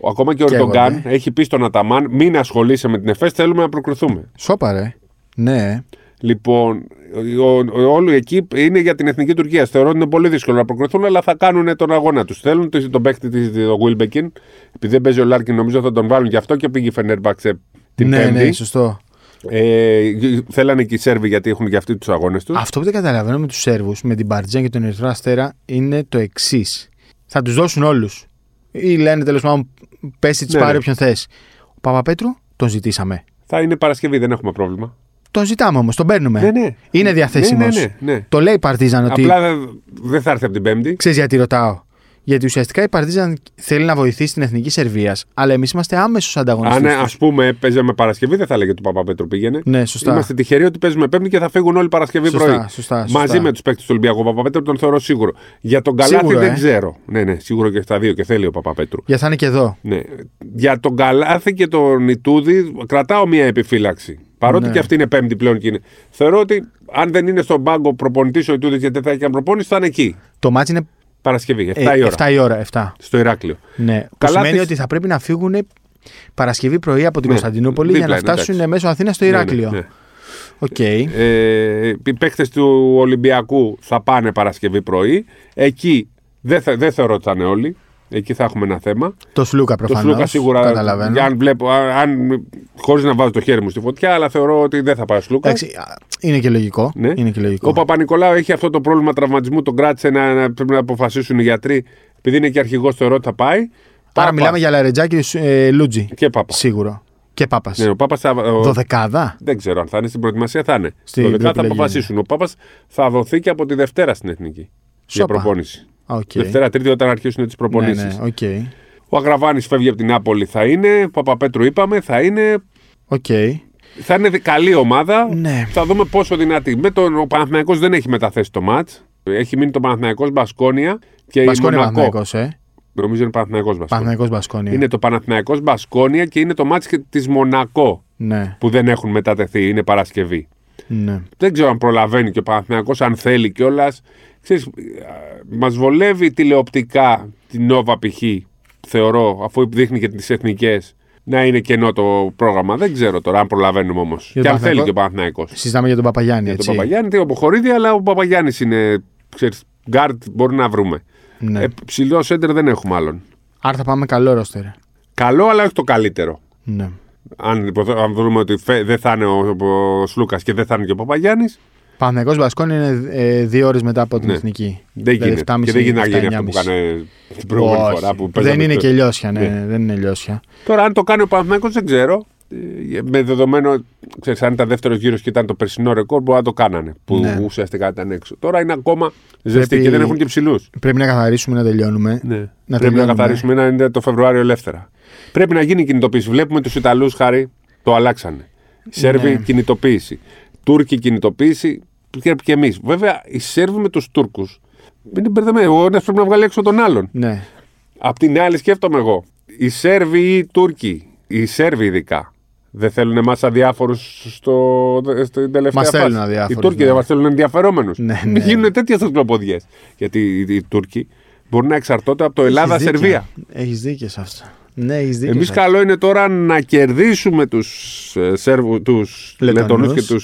Speaker 2: ο- Ακόμα και ο
Speaker 1: Καίγονται.
Speaker 2: Ερντογκάν έχει πει στον Αταμάν: Μην ασχολείσαι με την ΕΦΕΣ, θέλουμε να προκριθούμε.
Speaker 1: Σόπα, ρε. Ναι.
Speaker 2: Λοιπόν, ο- ο- όλοι εκεί είναι για την εθνική Τουρκία. Θεωρώ ότι είναι πολύ δύσκολο να προκριθούν, αλλά θα κάνουν τον αγώνα τους. Θέλουν το- τον παίκτη της Βίλμπεκιν, επειδή δεν παίζει ο Λάρκιν, νομίζω θα τον βάλουν γι' αυτό και πήγε η Φενέρμπαξε την
Speaker 1: ναι,
Speaker 2: Πέμπτη.
Speaker 1: ναι, σωστό.
Speaker 2: Ε, γι- θέλανε και οι Σέρβοι γιατί έχουν και αυτοί τους αγώνες τους.
Speaker 1: Αυτό που δεν καταλαβαίνω με τους Σέρβους, με την Μπαρτζέν και τον Ερυθρό Αστέρα είναι το εξής. Θα τους δώσουν όλους. Ή λένε τέλος πάντων, πέσει τη
Speaker 2: Ναι,
Speaker 1: πάρει
Speaker 2: ναι.
Speaker 1: όποιον θες. Ο Παπαπέτρου τον ζητήσαμε.
Speaker 2: Θα είναι Παρασκευή, δεν έχουμε πρόβλημα.
Speaker 1: Τον ζητάμε όμως, τον παίρνουμε.
Speaker 2: Ναι, ναι.
Speaker 1: Είναι διαθέσιμο.
Speaker 2: Ναι, ναι, ναι, ναι.
Speaker 1: Το λέει η Παρτίζαν ότι.
Speaker 2: Απλά δεν θα έρθει από την Πέμπτη.
Speaker 1: Ξέρεις γιατί ρωτάω. Γιατί ουσιαστικά η Παρτίζαν θέλει να βοηθήσει την εθνική Σερβίας, αλλά εμείς είμαστε άμεσος
Speaker 2: Αν
Speaker 1: ανταγωνιστές.
Speaker 2: α ναι. πούμε παίζαμε Παρασκευή, δεν θα έλεγε του Παπαπέτρου πήγαινε.
Speaker 1: Ναι, σωστά.
Speaker 2: Είμαστε τυχεροί ότι παίζουμε Πέμπτη και θα φύγουν όλοι Παρασκευή
Speaker 1: Σωστά,
Speaker 2: πρωί.
Speaker 1: σωστά, σωστά.
Speaker 2: Μαζί με τους παίκτες του Ολυμπιακού. Ο Παπαπέτρου τον θεωρώ σίγουρο. Για τον Καλάθι
Speaker 1: Σίγουρο,
Speaker 2: δεν
Speaker 1: ε.
Speaker 2: ξέρω. Ναι, ναι, σίγουρο και στα δύο και θέλει ο Παπαπέτρου.
Speaker 1: Για θα είναι και εδώ.
Speaker 2: Ναι. Για τον Καλάθι και τον Ιτούδη κρατάω μία επιφύλαξη. Παρότι
Speaker 1: Ναι.
Speaker 2: και αυτή είναι πέμπτη πλέον και είναι. Θεωρώ ότι αν δεν είναι στον πάγκο προπονητής ο Ιτούδης γιατί θα έχει έναν προπόνηση, θα είναι εκεί.
Speaker 1: Το μάτι είναι
Speaker 2: Παρασκευή, 7
Speaker 1: ε,
Speaker 2: η ώρα.
Speaker 1: 7 η ώρα. 7.
Speaker 2: Στο Ηράκλειο.
Speaker 1: Ναι. Που
Speaker 2: Καλά
Speaker 1: σημαίνει
Speaker 2: της-
Speaker 1: ότι θα πρέπει να φύγουν Παρασκευή πρωί από την
Speaker 2: Ναι,
Speaker 1: Κωνσταντινούπολη
Speaker 2: δίπλα
Speaker 1: για να
Speaker 2: είναι, εντάξει.
Speaker 1: φτάσουν μέσω Αθήνας στο
Speaker 2: Ναι, ναι,
Speaker 1: Ηράκλειο.
Speaker 2: ναι.
Speaker 1: Οκ.
Speaker 2: Ε, οι παίκτες του Ολυμπιακού θα πάνε Παρασκευή πρωί. Εκεί δεν, θε, δεν θεωρώ ότι θα είναι όλοι. Εκεί θα έχουμε ένα θέμα.
Speaker 1: Το Σλούκα
Speaker 2: Το
Speaker 1: προφανώς.
Speaker 2: Σλούκα σίγουρα.
Speaker 1: Καταλαβαίνω.
Speaker 2: Αν βλέπω, αν, αν, χωρίς να βάζω το χέρι μου στη φωτιά, αλλά θεωρώ ότι δεν θα πάει ο Σλούκα.
Speaker 1: Εντάξει, α, είναι και λογικό.
Speaker 2: Ναι.
Speaker 1: Είναι και λογικό.
Speaker 2: Ο Παπα-Νικολάου έχει αυτό το πρόβλημα τραυματισμού. Τον κράτησε να, να- πρέπει να αποφασίσουν οι γιατροί. Επειδή είναι και αρχηγός, θεωρώ ότι θα πάει.
Speaker 1: Άρα
Speaker 2: Πάπας
Speaker 1: μιλάμε για Λαρετζάκη ε, Λούτζι.
Speaker 2: Και Πάπας.
Speaker 1: Σίγουρο. Και Πάπας.
Speaker 2: Ναι, ο Πάπας θα- ο-
Speaker 1: Δωδεκάδα.
Speaker 2: Δεν ξέρω αν θα είναι στην προετοιμασία, θα είναι.
Speaker 1: Στην
Speaker 2: το δεκάδα θα
Speaker 1: επιλογή
Speaker 2: αποφασίσουν. Ο Πάπας θα δοθεί και από τη Δευτέρα στην Εθνική. Για
Speaker 1: Σόπα.
Speaker 2: προπόνηση.
Speaker 1: Οκ.
Speaker 2: Δευτέρα, Τρίτη, όταν αρχίσουν τις
Speaker 1: Ναι,
Speaker 2: προπονήσεις.
Speaker 1: ναι, οκ.
Speaker 2: Ο Αγραβάνης φεύγει από την Νάπολη, θα είναι. Παπαπέτρου είπαμε, θα είναι.
Speaker 1: Οκ.
Speaker 2: Θα είναι δι- καλή ομάδα.
Speaker 1: Ναι.
Speaker 2: Θα δούμε πόσο δυνατή. Με τον, ο Παναθηναϊκός δεν έχει μεταθέσει το ματ. Έχει μείνει το Παναθηναϊκός Μπασκόνια και
Speaker 1: Μπασκόνη
Speaker 2: η Μονακό.
Speaker 1: Παναθηναϊκός, ε.
Speaker 2: Νομίζω είναι Παναθηναϊκός Μπασκόνια.
Speaker 1: Παναθηναϊκός Μπασκόνη.
Speaker 2: Είναι το Παναθηναϊκός Μπασκόνια και είναι το μάτς και της Μονακό
Speaker 1: Ναι,
Speaker 2: που δεν έχουν μετατεθεί. Είναι Παρασκευή.
Speaker 1: ναι.
Speaker 2: Δεν ξέρω αν προλαβαίνει και ο Παναθηναϊκός, αν θέλει κιόλας. Μας βολεύει τηλεοπτικά την Νόβα π.χ. Θεωρώ, αφού δείχνει και τις εθνικές, να είναι κενό το πρόγραμμα. Δεν ξέρω τώρα αν προλαβαίνουμε όμως.
Speaker 1: τον
Speaker 2: Και αν θέλει
Speaker 1: Παναθηναϊκό-
Speaker 2: και ο Παναθηναϊκός.
Speaker 1: Συζητάμε για τον Παπαγιάννη,
Speaker 2: Για τον
Speaker 1: έτσι.
Speaker 2: Παπαγιάννη, τι, ο Παπαγιάννη, αλλά ο Παπαγιάννης είναι. Ξέρεις, γκάρτ μπορεί να βρούμε.
Speaker 1: Ναι.
Speaker 2: Ε, ψηλό σέντερ δεν έχουμε άλλον.
Speaker 1: Άρα θα πάμε καλό ρόστερ.
Speaker 2: Καλό, αλλά όχι το καλύτερο.
Speaker 1: Ναι.
Speaker 2: Αν, υποθε- αν βρούμε ότι φε- δεν θα είναι ο, ο Σλούκα και δεν θα είναι και ο Παπαγιάννης,
Speaker 1: Παναθηναϊκός Μπασκόνη είναι ε, δύο ώρες μετά από την Εθνική.
Speaker 2: Ναι. Δεν γίνεται.
Speaker 1: Δηλαδή, 7,5,
Speaker 2: και δεν γίνεται να γίνει
Speaker 1: 7,9,5.
Speaker 2: αυτό που έκανε την προηγούμενη
Speaker 1: Όχι.
Speaker 2: φορά. Που
Speaker 1: δεν
Speaker 2: παίζαμε
Speaker 1: είναι
Speaker 2: το-
Speaker 1: και λιώσια, ναι. Δεν είναι λιώσια.
Speaker 2: Τώρα, αν το κάνει ο Παναθηναϊκός δεν ξέρω. Ε, Με δεδομένο, ξέρεις, αν ήταν δεύτερο γύρος και ήταν το περσινό ρεκόρ, μπορεί να το κάνανε. Που
Speaker 1: Ναι.
Speaker 2: ουσιαστικά ήταν έξω. Τώρα είναι ακόμα ζεστή
Speaker 1: Πρέπει-
Speaker 2: και δεν έχουν και ψηλούς.
Speaker 1: Πρέπει να καθαρίσουμε να τελειώνουμε. Να
Speaker 2: Ναι. Πρέπει να
Speaker 1: τελειώνουμε.
Speaker 2: καθαρίσουμε να είναι το Φεβρουάριο ελεύθερα. Πρέπει να γίνει κινητοποίηση. Βλέπουμε τους Ιταλούς χάρη το αλλάξανε.
Speaker 1: Ναι.
Speaker 2: Σέρβοι κινητοποίηση. Τούρκοι κινητοποίηση. Και, και εμείς. Βέβαια, οι Σέρβοι με τους Τούρκους. Μην μπερδεμένοι. Ο ένας πρέπει να βγάλει έξω τον άλλον.
Speaker 1: Ναι.
Speaker 2: Απ' την άλλη, σκέφτομαι εγώ. Οι Σέρβοι ή οι Τούρκοι, οι Σέρβοι ειδικά, δεν θέλουν εμάς αδιάφορους στο, στην τελευταία
Speaker 1: Μας
Speaker 2: φάση.
Speaker 1: θέλουν αδιάφορους,
Speaker 2: Οι Τούρκοι
Speaker 1: ναι.
Speaker 2: δεν μας θέλουν ενδιαφερόμενους.
Speaker 1: Ναι, ναι.
Speaker 2: Μην γίνουν τέτοιε κλοποδιέ. Γιατί οι, οι Τούρκοι μπορούν να εξαρτώνται από το Ελλάδα-Σερβία.
Speaker 1: Έχεις δίκιο σε αυτό. Ναι, έχεις δίκιο.
Speaker 2: Εμείς
Speaker 1: σε αυτό.
Speaker 2: καλό είναι τώρα να κερδίσουμε τους τους
Speaker 1: Λετονούς.
Speaker 2: Λετονού και τους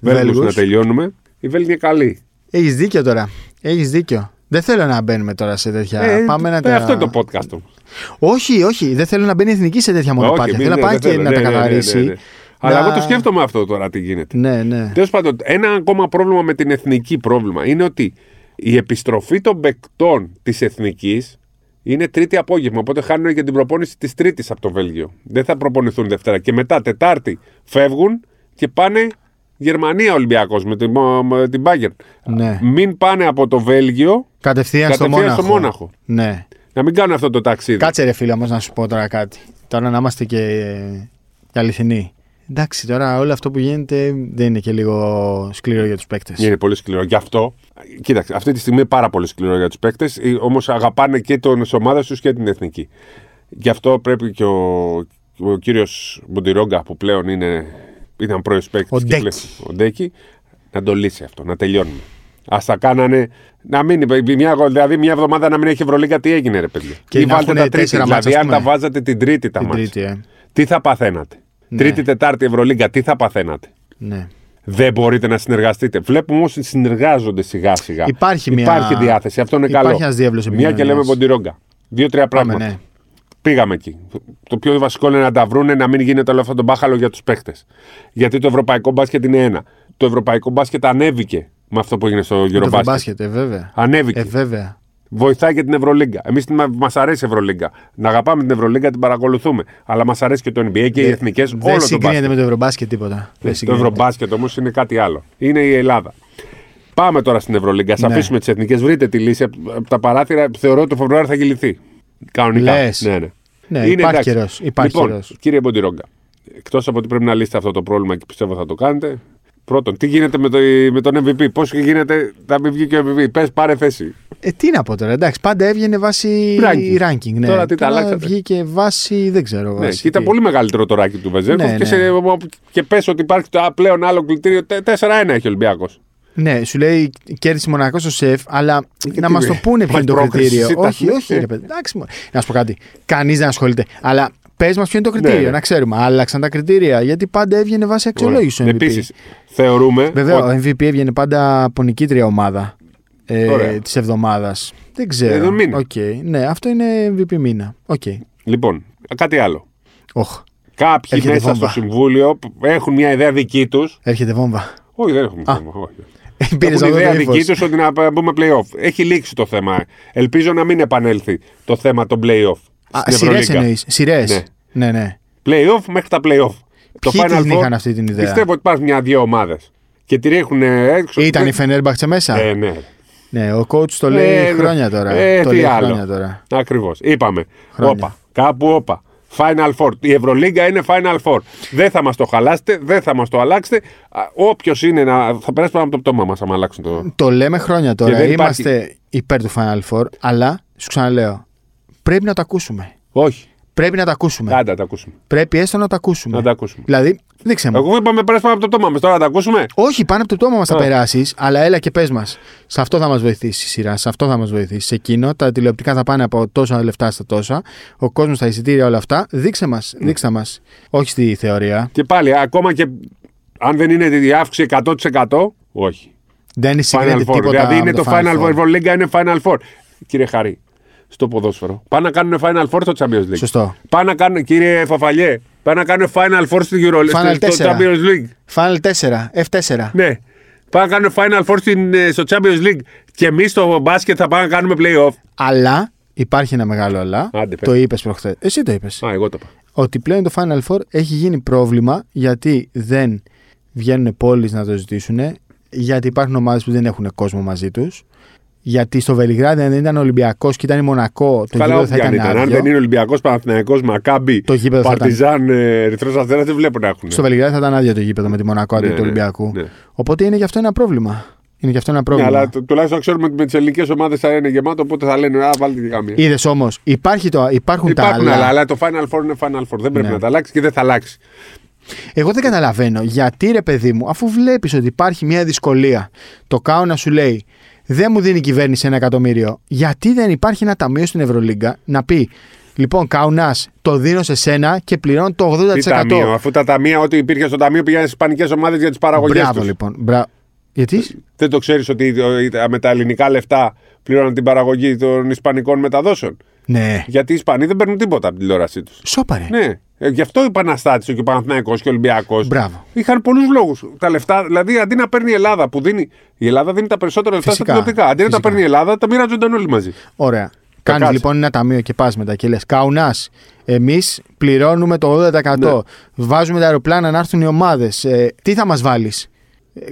Speaker 2: Βέλγου
Speaker 1: Βέλγους.
Speaker 2: να τελειώνουμε. Οι Βέλγοι είναι καλοί.
Speaker 1: Έχεις δίκιο τώρα. Έχεις δίκιο. Δεν θέλω να μπαίνουμε τώρα σε τέτοια.
Speaker 2: Ε,
Speaker 1: Πάμε να
Speaker 2: ε,
Speaker 1: τα...
Speaker 2: Αυτό είναι το podcast του.
Speaker 1: Όχι, όχι. Δεν θέλω να μπαίνει η εθνική σε τέτοια μονοπάτια.
Speaker 2: ναι,
Speaker 1: Θέλω να πάει και να τα καθαρίσει.
Speaker 2: Αλλά
Speaker 1: Να-
Speaker 2: εγώ το σκέφτομαι αυτό τώρα τι γίνεται.
Speaker 1: Ναι, ναι.
Speaker 2: Τέλος πάντων, ένα ακόμα πρόβλημα με την εθνική πρόβλημα είναι ότι η επιστροφή των παικτών της εθνικής είναι Τρίτη απόγευμα. Οπότε χάνουν για την προπόνηση της Τρίτης από το Βέλγιο. Δεν θα προπονηθούν Δευτέρα. Και μετά Τετάρτη φεύγουν και πάνε Γερμανία Ολυμπιακός με την, με την Bayern.
Speaker 1: Ναι.
Speaker 2: Μην πάνε από το Βέλγιο
Speaker 1: Κατευθείαν, στο
Speaker 2: κατευθείαν
Speaker 1: Μόναχο.
Speaker 2: στο Μόναχο.
Speaker 1: Ναι.
Speaker 2: να μην κάνουν αυτό το ταξίδι.
Speaker 1: Κάτσε ρε φίλε όμως να σου πω τώρα κάτι. Τώρα να είμαστε και, ε, και αληθινοί. Εντάξει, τώρα όλο αυτό που γίνεται δεν είναι και λίγο σκληρό για τους παίκτες.
Speaker 2: Είναι πολύ σκληρό. Γι' αυτό. Κοίταξε, αυτή τη στιγμή είναι πάρα πολύ σκληρό για τους παίκτες. Όμως αγαπάνε και τον ομάδας τους και την εθνική. Γι' αυτό πρέπει και ο, ο κύριος Μποντιρόγκα που πλέον είναι, ήταν πρώην παίκτης.
Speaker 1: Ο Ντέκη.
Speaker 2: Ο Ντέκη να το λύσει αυτό, να τελειώνουμε. Ας τα κάνανε. Να μην, υπε- μια, δηλαδή, μια εβδομάδα να μην έχει Ευρωλίγκα, τι έγινε, ρε παιδιά.
Speaker 1: Και
Speaker 2: Ή
Speaker 1: να
Speaker 2: βάλτε
Speaker 1: έχουνε
Speaker 2: τα τρίτη.
Speaker 1: τέσσερα μάτς,
Speaker 2: Δηλαδή,
Speaker 1: ας
Speaker 2: αν τα
Speaker 1: πούμε.
Speaker 2: βάζατε την Τρίτη τα
Speaker 1: Την
Speaker 2: μάτς,
Speaker 1: Τρίτη, Ναι. ε.
Speaker 2: τι θα παθαίνατε. Τρίτη, Τετάρτη Ευρωλίγκα, τι θα παθαίνατε.
Speaker 1: Ναι.
Speaker 2: Δεν μπορείτε να συνεργαστείτε. Βλέπουμε όσοι συνεργάζονται σιγά σιγά.
Speaker 1: Υπάρχει μια-
Speaker 2: Υπάρχει διάθεση. Αυτό είναι
Speaker 1: Υπάρχει
Speaker 2: καλό.
Speaker 1: ένας διάβλος
Speaker 2: Μια και λέμε
Speaker 1: επικοινωνίας.
Speaker 2: ποντιρόγκα. Δύο-τρία
Speaker 1: Πάμε,
Speaker 2: πράγματα.
Speaker 1: ναι.
Speaker 2: Πήγαμε εκεί. Το πιο βασικό είναι να τα βρούνε, να μην γίνεται όλο αυτό το μπάχαλο για τους παίχτε. Γιατί το ευρωπαϊκό μπάσκετ είναι ένα. Το ευρωπαϊκό μπάσκετ ανέβηκε με αυτό που έγινε στο
Speaker 1: Το
Speaker 2: Eurobasket.
Speaker 1: μπάσκετ, ε, βέβαια.
Speaker 2: Ανέβηκε.
Speaker 1: Ε, βέβαια.
Speaker 2: Βοηθάει και την Ευρωλίγκα. Εμείς μας αρέσει η Ευρωλίγκα. Να αγαπάμε την Ευρωλίγκα, την παρακολουθούμε. Αλλά μας αρέσει και το NBA και οι εθνικές.
Speaker 1: Δεν
Speaker 2: Όλο το μπάσκετ.
Speaker 1: Ε,
Speaker 2: Ε,
Speaker 1: συγκρίνεται με το ευρωμπάσκετ τίποτα. Δεν
Speaker 2: Το
Speaker 1: συγκρίνεται.
Speaker 2: Ευρωμπάσκετ όμως είναι κάτι άλλο. Είναι η Ελλάδα. Πάμε τώρα στην Ευρωλίγκα. Ας
Speaker 1: Ναι.
Speaker 2: αφήσουμε τις εθνικές. Βρείτε τη λύση από από τα παράθυρα. Θεωρώ ότι το Φεβρουάριο θα γυληθεί. Κανονικά.
Speaker 1: Λες.
Speaker 2: Ναι, ναι.
Speaker 1: Ναι,
Speaker 2: Είναι
Speaker 1: υπάρχει
Speaker 2: εντάξει.
Speaker 1: καιρός, υπάρχει
Speaker 2: λοιπόν,
Speaker 1: καιρός.
Speaker 2: κύριε Μποντιρόγκα, εκτός από ότι πρέπει να λύσετε αυτό το πρόβλημα και πιστεύω θα το κάνετε. Πρώτον, τι γίνεται με, το, με τον MVP, πώς γίνεται να μην βγει και ο MVP. Πες, πάρε θέση.
Speaker 1: Ε, τι να πω τώρα, εντάξει, πάντα έβγαινε βάση
Speaker 2: Ranking.
Speaker 1: ranking. ναι.
Speaker 2: Τώρα τι τα αλλάξατε.
Speaker 1: βγήκε βάση, δεν ξέρω.
Speaker 2: Ναι,
Speaker 1: βάση
Speaker 2: και ήταν
Speaker 1: τι.
Speaker 2: πολύ μεγαλύτερο το ράκι του Βεζέκοφ
Speaker 1: Ναι,
Speaker 2: και, σε, και πες ότι υπάρχει το, α, πλέον άλλο κλητήριο. Τε- 4-1 έχει ο Ολυμπιακός.
Speaker 1: Ναι, σου λέει κέρδισε μονακός ο σεφ, αλλά να
Speaker 2: τι
Speaker 1: μας
Speaker 2: με-
Speaker 1: το πούνε ποιο
Speaker 2: μας
Speaker 1: είναι το
Speaker 2: πρόκριση
Speaker 1: κριτήριο.
Speaker 2: ήταν,
Speaker 1: Όχι,
Speaker 2: ναι.
Speaker 1: όχι, ρε παιδί. Εντάξει, μου. να σου πω κάτι. Κανείς δεν ασχολείται. Αλλά πες μας ποιο είναι το κριτήριο,
Speaker 2: ναι.
Speaker 1: να ξέρουμε. Άλλαξαν τα κριτήρια. Γιατί πάντα έβγαινε βάση αξιολόγηση ο MVP.
Speaker 2: Επίσης, θεωρούμε.
Speaker 1: Βέβαια,
Speaker 2: ότι-
Speaker 1: ο MVP έβγαινε πάντα από νικήτρια ομάδα
Speaker 2: Ωραία.
Speaker 1: ε, της εβδομάδας. Δεν ξέρω.
Speaker 2: Εδώ μήνα.
Speaker 1: Οκ. Ναι, αυτό είναι MVP μήνα. Οκ.
Speaker 2: Λοιπόν, κάτι άλλο.
Speaker 1: Οχ,
Speaker 2: Κάποιοι
Speaker 1: Έρχεται
Speaker 2: μέσα
Speaker 1: βόμβα.
Speaker 2: στο συμβούλιο που έχουν μια ιδέα δική τους.
Speaker 1: έρχεται βόμβα.
Speaker 2: Όχι, δεν έχουμε βόμβα, όχι.
Speaker 1: Πήρες
Speaker 2: Έχουν
Speaker 1: αυτό
Speaker 2: ιδέα
Speaker 1: το ύφος.
Speaker 2: δική τους ότι να μπούμε playoff. Έχει λήξει το θέμα. Ελπίζω να μην επανέλθει το θέμα των playoff.
Speaker 1: Α,
Speaker 2: στην
Speaker 1: Σειρές
Speaker 2: Ευρωλίγκα.
Speaker 1: εννοείς. Σειρές.
Speaker 2: Ναι.
Speaker 1: Ναι, ναι.
Speaker 2: Playoff μέχρι τα playoff.
Speaker 1: Ποιοι την είχαν αυτή την ιδέα?
Speaker 2: Πιστεύω ότι υπάρχουν μια-δύο ομάδες. Και τη ρίχνουν έξω.
Speaker 1: Ήταν η
Speaker 2: Ε, Δεν-
Speaker 1: Φενέρμπαχτσε μέσα.
Speaker 2: Ε, ναι.
Speaker 1: Ναι, ο coach το λέει
Speaker 2: Ε,
Speaker 1: χρόνια
Speaker 2: ναι.
Speaker 1: τώρα.
Speaker 2: Ε,
Speaker 1: το
Speaker 2: τι
Speaker 1: λέει
Speaker 2: άλλο.
Speaker 1: χρόνια τώρα.
Speaker 2: Ακριβώς. Είπαμε.
Speaker 1: Χρόνια.
Speaker 2: Όπα. Κάπου όπα. Final Four. Η Ευρωλίγκα είναι Final Four. Δεν θα μας το χαλάσετε, δεν θα μας το αλλάξετε. Όποιος είναι να. Θα περάσει πάνω από το πτώμα μας, άμα αλλάξουν το.
Speaker 1: Το λέμε χρόνια τώρα.
Speaker 2: δεν υπάρχει-
Speaker 1: Είμαστε υπέρ του Final Four, αλλά σου ξαναλέω. Πρέπει να το ακούσουμε.
Speaker 2: Όχι. Ναι.
Speaker 1: Πρέπει να το ακούσουμε.
Speaker 2: Άντα, τα ακούσουμε.
Speaker 1: Πρέπει έστω να το ακούσουμε.
Speaker 2: Να τα ακούσουμε.
Speaker 1: Δηλαδή, δείξε μου.
Speaker 2: Εγώ είπαμε περάσει πάνω από το πτώμα μας. Τώρα να τα ακούσουμε.
Speaker 1: Όχι, πάνω από το πτώμα μας θα
Speaker 2: Α.
Speaker 1: περάσεις, αλλά έλα και πες μας. Σε αυτό θα μας βοηθήσει η σειρά, σε αυτό θα μας βοηθήσει. Σε εκείνο, τα τηλεοπτικά θα πάνε από τόσα λεφτά στα τόσα. Ο κόσμος, τα εισιτήρια, όλα αυτά. Δείξε μας,
Speaker 2: Ναι.
Speaker 1: δείξτε μας. Όχι στη θεωρία.
Speaker 2: Και πάλι, ακόμα και αν δεν είναι η αύξηση 100%, όχι.
Speaker 1: Δεν
Speaker 2: Final
Speaker 1: συγκρίνεται
Speaker 2: Four.
Speaker 1: τίποτα.
Speaker 2: Δηλαδή
Speaker 1: με
Speaker 2: είναι το, Final Four.
Speaker 1: Four.
Speaker 2: Ευρωλίγκα είναι Final Four. Κύριε Χαρή, στο ποδόσφαιρο. Πάνε να κάνουν Final Four στο Champions League.
Speaker 1: Σωστό.
Speaker 2: Πάνε να κάνουν, κύριε Φαφαλιέ, πάνε να κάνουν Final Four στη Euro,
Speaker 1: Final
Speaker 2: στο, στο
Speaker 1: 4.
Speaker 2: Champions League.
Speaker 1: Final 4, F4.
Speaker 2: Ναι. Πάνε να κάνουν Final Four στην, ε, στο Champions League. Και εμείς στο μπάσκετ θα πάμε να κάνουμε playoff.
Speaker 1: Αλλά υπάρχει ένα μεγάλο αλλά.
Speaker 2: Άντε, πες.
Speaker 1: το είπες προχθές. Εσύ το είπες.
Speaker 2: Α, εγώ το είπα.
Speaker 1: Ότι πλέον το Final Four έχει γίνει πρόβλημα γιατί δεν βγαίνουν πόλεις να το ζητήσουν. Γιατί υπάρχουν ομάδες που δεν έχουν κόσμο μαζί τους. Γιατί στο Βελιγράδι, αν δεν ήταν Ολυμπιακός και ήταν η Μονακό, το
Speaker 2: Καλά,
Speaker 1: γήπεδο θα
Speaker 2: όποια
Speaker 1: ήταν
Speaker 2: αν ήταν. Αν
Speaker 1: άδειο.
Speaker 2: δεν είναι Ολυμπιακός, Παναθυναϊκό, Μακάμπι,
Speaker 1: Το γήπεδο θα ήταν.
Speaker 2: Παρτιζάν, Ερυθρό Αστέρα, δεν βλέπω να έχουν.
Speaker 1: Στο Βελιγράδι θα ήταν άδειο το γήπεδο με τη Μονακό αντί
Speaker 2: Ναι,
Speaker 1: του
Speaker 2: ναι,
Speaker 1: Ολυμπιακού.
Speaker 2: ναι.
Speaker 1: Οπότε είναι γι' αυτό ένα πρόβλημα. Είναι γι' αυτό ένα
Speaker 2: Ναι,
Speaker 1: πρόβλημα.
Speaker 2: αλλά το- τουλάχιστον ξέρουμε ότι με τις ελληνικές ομάδες θα είναι γεμάτο, οπότε θα λένε Α, βάλτε και καμία.
Speaker 1: Είδες όμως, υπάρχουν τα
Speaker 2: Υπάρχουν
Speaker 1: άλλα.
Speaker 2: άλλα, αλλά το Final Four είναι Final Four. Δεν πρέπει
Speaker 1: Ναι.
Speaker 2: να τα αλλάξει και δεν θα αλλάξει.
Speaker 1: Εγώ δεν καταλαβαίνω γιατί ρε παιδί μου, αφού βλέπεις ότι υπάρχει μια δυσκολία, το ΚΑΟ να σου λέει δεν μου δίνει η κυβέρνηση ένα εκατομμύριο, γιατί δεν υπάρχει ένα ταμείο στην Ευρωλίγκα να πει Λοιπόν, Κάουνας, το δίνω σε σένα και πληρώνω το 80%.
Speaker 2: Τι ταμείο, αφού τα ταμεία, ό,τι υπήρχε στο ταμείο πήγαινε στις ισπανικές ομάδες για τις παραγωγές
Speaker 1: Μπράβο
Speaker 2: τους.
Speaker 1: λοιπόν. Μπρα... Γιατί?
Speaker 2: Δεν το ξέρεις ότι ε, με τα ελληνικά λεφτά πλήρωναν την παραγωγή των ισπανικών μεταδόσεων.
Speaker 1: Ναι.
Speaker 2: Γιατί οι Ισπανοί δεν παίρνουν τίποτα από την τηλεόρασή τους.
Speaker 1: Σόπαρε.
Speaker 2: Ναι. Ε, Γι' αυτό επαναστάτησε και ο Παναθυναϊκό και ο Ολυμπιακός.
Speaker 1: Μπράβο.
Speaker 2: Είχαν πολλούς λόγους. Τα λεφτά, δηλαδή αντί να παίρνει η Ελλάδα που δίνει. Η Ελλάδα δίνει τα περισσότερα λεφτά
Speaker 1: Φυσικά.
Speaker 2: στα τηλεοπτικά. Αντί να τα
Speaker 1: Φυσικά.
Speaker 2: παίρνει η Ελλάδα, τα μοιράζονταν όλοι μαζί.
Speaker 1: Ωραία. Κάνεις
Speaker 2: κάτσε.
Speaker 1: λοιπόν ένα ταμείο και πας μετά και λε: Κάουνα, εμείς πληρώνουμε το 80%.
Speaker 2: Ναι.
Speaker 1: Βάζουμε τα αεροπλάνα να έρθουν οι ομάδες. τι θα μας βάλεις,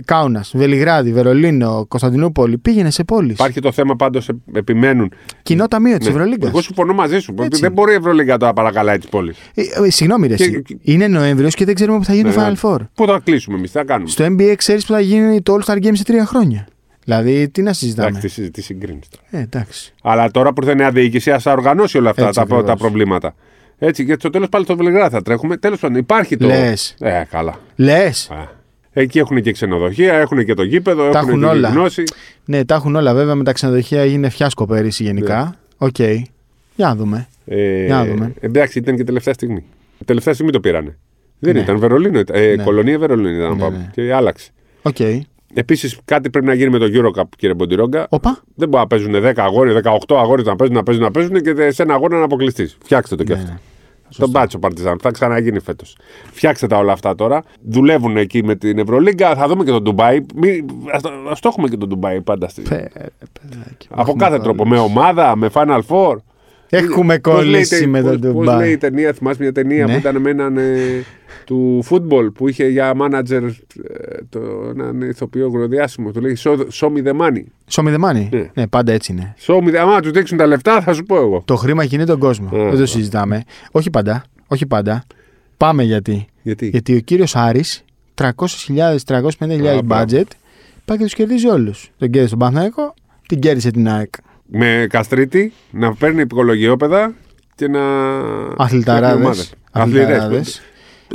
Speaker 1: Κάουνα, Βελιγράδι, Βερολίνο, Κωνσταντινούπολη. Πήγαινε σε πόλεις.
Speaker 2: Υπάρχει το θέμα πάντως, επιμένουν.
Speaker 1: Κοινό ταμείο της
Speaker 2: Ναι.
Speaker 1: Ευρωλίγκας.
Speaker 2: Εγώ συμφωνώ μαζί σου.
Speaker 1: Έτσι.
Speaker 2: Δεν μπορεί η Ευρωλίγκα τώρα να παρακαλάει τις πόλεις.
Speaker 1: Ε, συγγνώμη, ρε,
Speaker 2: Και-
Speaker 1: εσύ.
Speaker 2: και- Ναι.
Speaker 1: Είναι Νοέμβριος και δεν ξέρουμε που θα γίνει το Final Four.
Speaker 2: Ε, Πού θα κλείσουμε εμείς, τι θα κάνουμε.
Speaker 1: Στο NBA ξέρεις που θα γίνει το All Star Game σε τρία χρόνια. Δηλαδή, τι να συζητάμε.
Speaker 2: Εντάξει, τι, τι συγκρίνεις τώρα.
Speaker 1: Ε, εντάξει.
Speaker 2: Αλλά τώρα που ήρθε η νέα διοίκηση, ας οργανώσει όλα αυτά
Speaker 1: Έτσι
Speaker 2: τα,
Speaker 1: ακριβώς.
Speaker 2: τα προβλήματα. Έτσι, γιατί στο τέλος πάλι στο Βελιγράδι θα τρέχουμε. Τέλος πάντων, υπάρχει το.
Speaker 1: Λες.
Speaker 2: Ε, καλά.
Speaker 1: Λες.
Speaker 2: Ε, Εκεί έχουν και ξενοδοχεία, έχουν και το γήπεδο, έχουν
Speaker 1: έχουν
Speaker 2: και τη
Speaker 1: όλα.
Speaker 2: γνώση.
Speaker 1: Ναι, τα έχουν όλα. Βέβαια με τα ξενοδοχεία έγινε φιάσκο πέρυσι γενικά. Οκ. Για να δούμε.
Speaker 2: Ε,
Speaker 1: Για να δούμε.
Speaker 2: εντάξει, ήταν και τελευταία στιγμή. Τελευταία στιγμή το πήρανε. Δεν ήταν Βερολίνο, ήταν- ε,
Speaker 1: Ναι.
Speaker 2: κολονία Βερολίνο ήταν να πάμε.
Speaker 1: ναι.
Speaker 2: Και άλλαξε.
Speaker 1: Οκ.
Speaker 2: Επίσης, κάτι πρέπει να γίνει με το Eurocup, κύριε Μποντιρόγκα.
Speaker 1: Όπα.
Speaker 2: Δεν μπορεί να παίζουν 10 αγόρι, 18 αγόρι να παίζουν, να παίζουν, να παίζουν και σε ένα αγώνα να αποκλειστείς. Φτιάξτε το κι
Speaker 1: Ναι.
Speaker 2: αυτό. Τον μπάτσο Παρτιζάν, θα ξαναγίνει φέτος. Φτιάξτε τα όλα αυτά τώρα. Δουλεύουν εκεί με την Ευρωλίγκα, θα δούμε και τον Ντουμπάι. Μη- ας το- ας το έχουμε και τον Ντουμπάι πάντα στη.
Speaker 1: Πε- παιδάκι,
Speaker 2: από
Speaker 1: έχουμε
Speaker 2: κάθε
Speaker 1: τώρα.
Speaker 2: τρόπο. Με ομάδα, με Final Four.
Speaker 1: Έχουμε
Speaker 2: Πώς
Speaker 1: κολλήσει
Speaker 2: λέει,
Speaker 1: με
Speaker 2: πώς-
Speaker 1: τον
Speaker 2: πώς λέει η
Speaker 1: Ντουμπάι.
Speaker 2: ταινία, θυμάσαι μια ταινία
Speaker 1: Ναι.
Speaker 2: που ήταν με έναν ε, του φούτμπολ που είχε για μάνατζερ ε, το- έναν ηθοποιό γροδιάσημο. Του λέει «Show- Show me the money.
Speaker 1: Σομιδεμάνι.
Speaker 2: Ναι.
Speaker 1: Ναι, πάντα έτσι είναι.
Speaker 2: Show me the Άμα τους δείξουν τα λεφτά, θα σου πω εγώ.
Speaker 1: Το χρήμα κινεί τον κόσμο.
Speaker 2: Ε,
Speaker 1: Δεν το
Speaker 2: ε.
Speaker 1: συζητάμε. Όχι πάντα. Όχι πάντα. Πάμε γιατί.
Speaker 2: Γιατί.
Speaker 1: Γιατί ο κύριος Άρης, 300.000-350.000
Speaker 2: Α, μπράβο.
Speaker 1: budget, πάει και τους κερδίζει όλους. Τον κέρδισε τον Παναθηναϊκό, την κέρδισε την ΑΕΚ.
Speaker 2: Ε, Με καστρίτη να παίρνει υπηκολογιόπαιδα και να.
Speaker 1: Αθληταράδες.
Speaker 2: κάνει ομάδες. Αθλητές.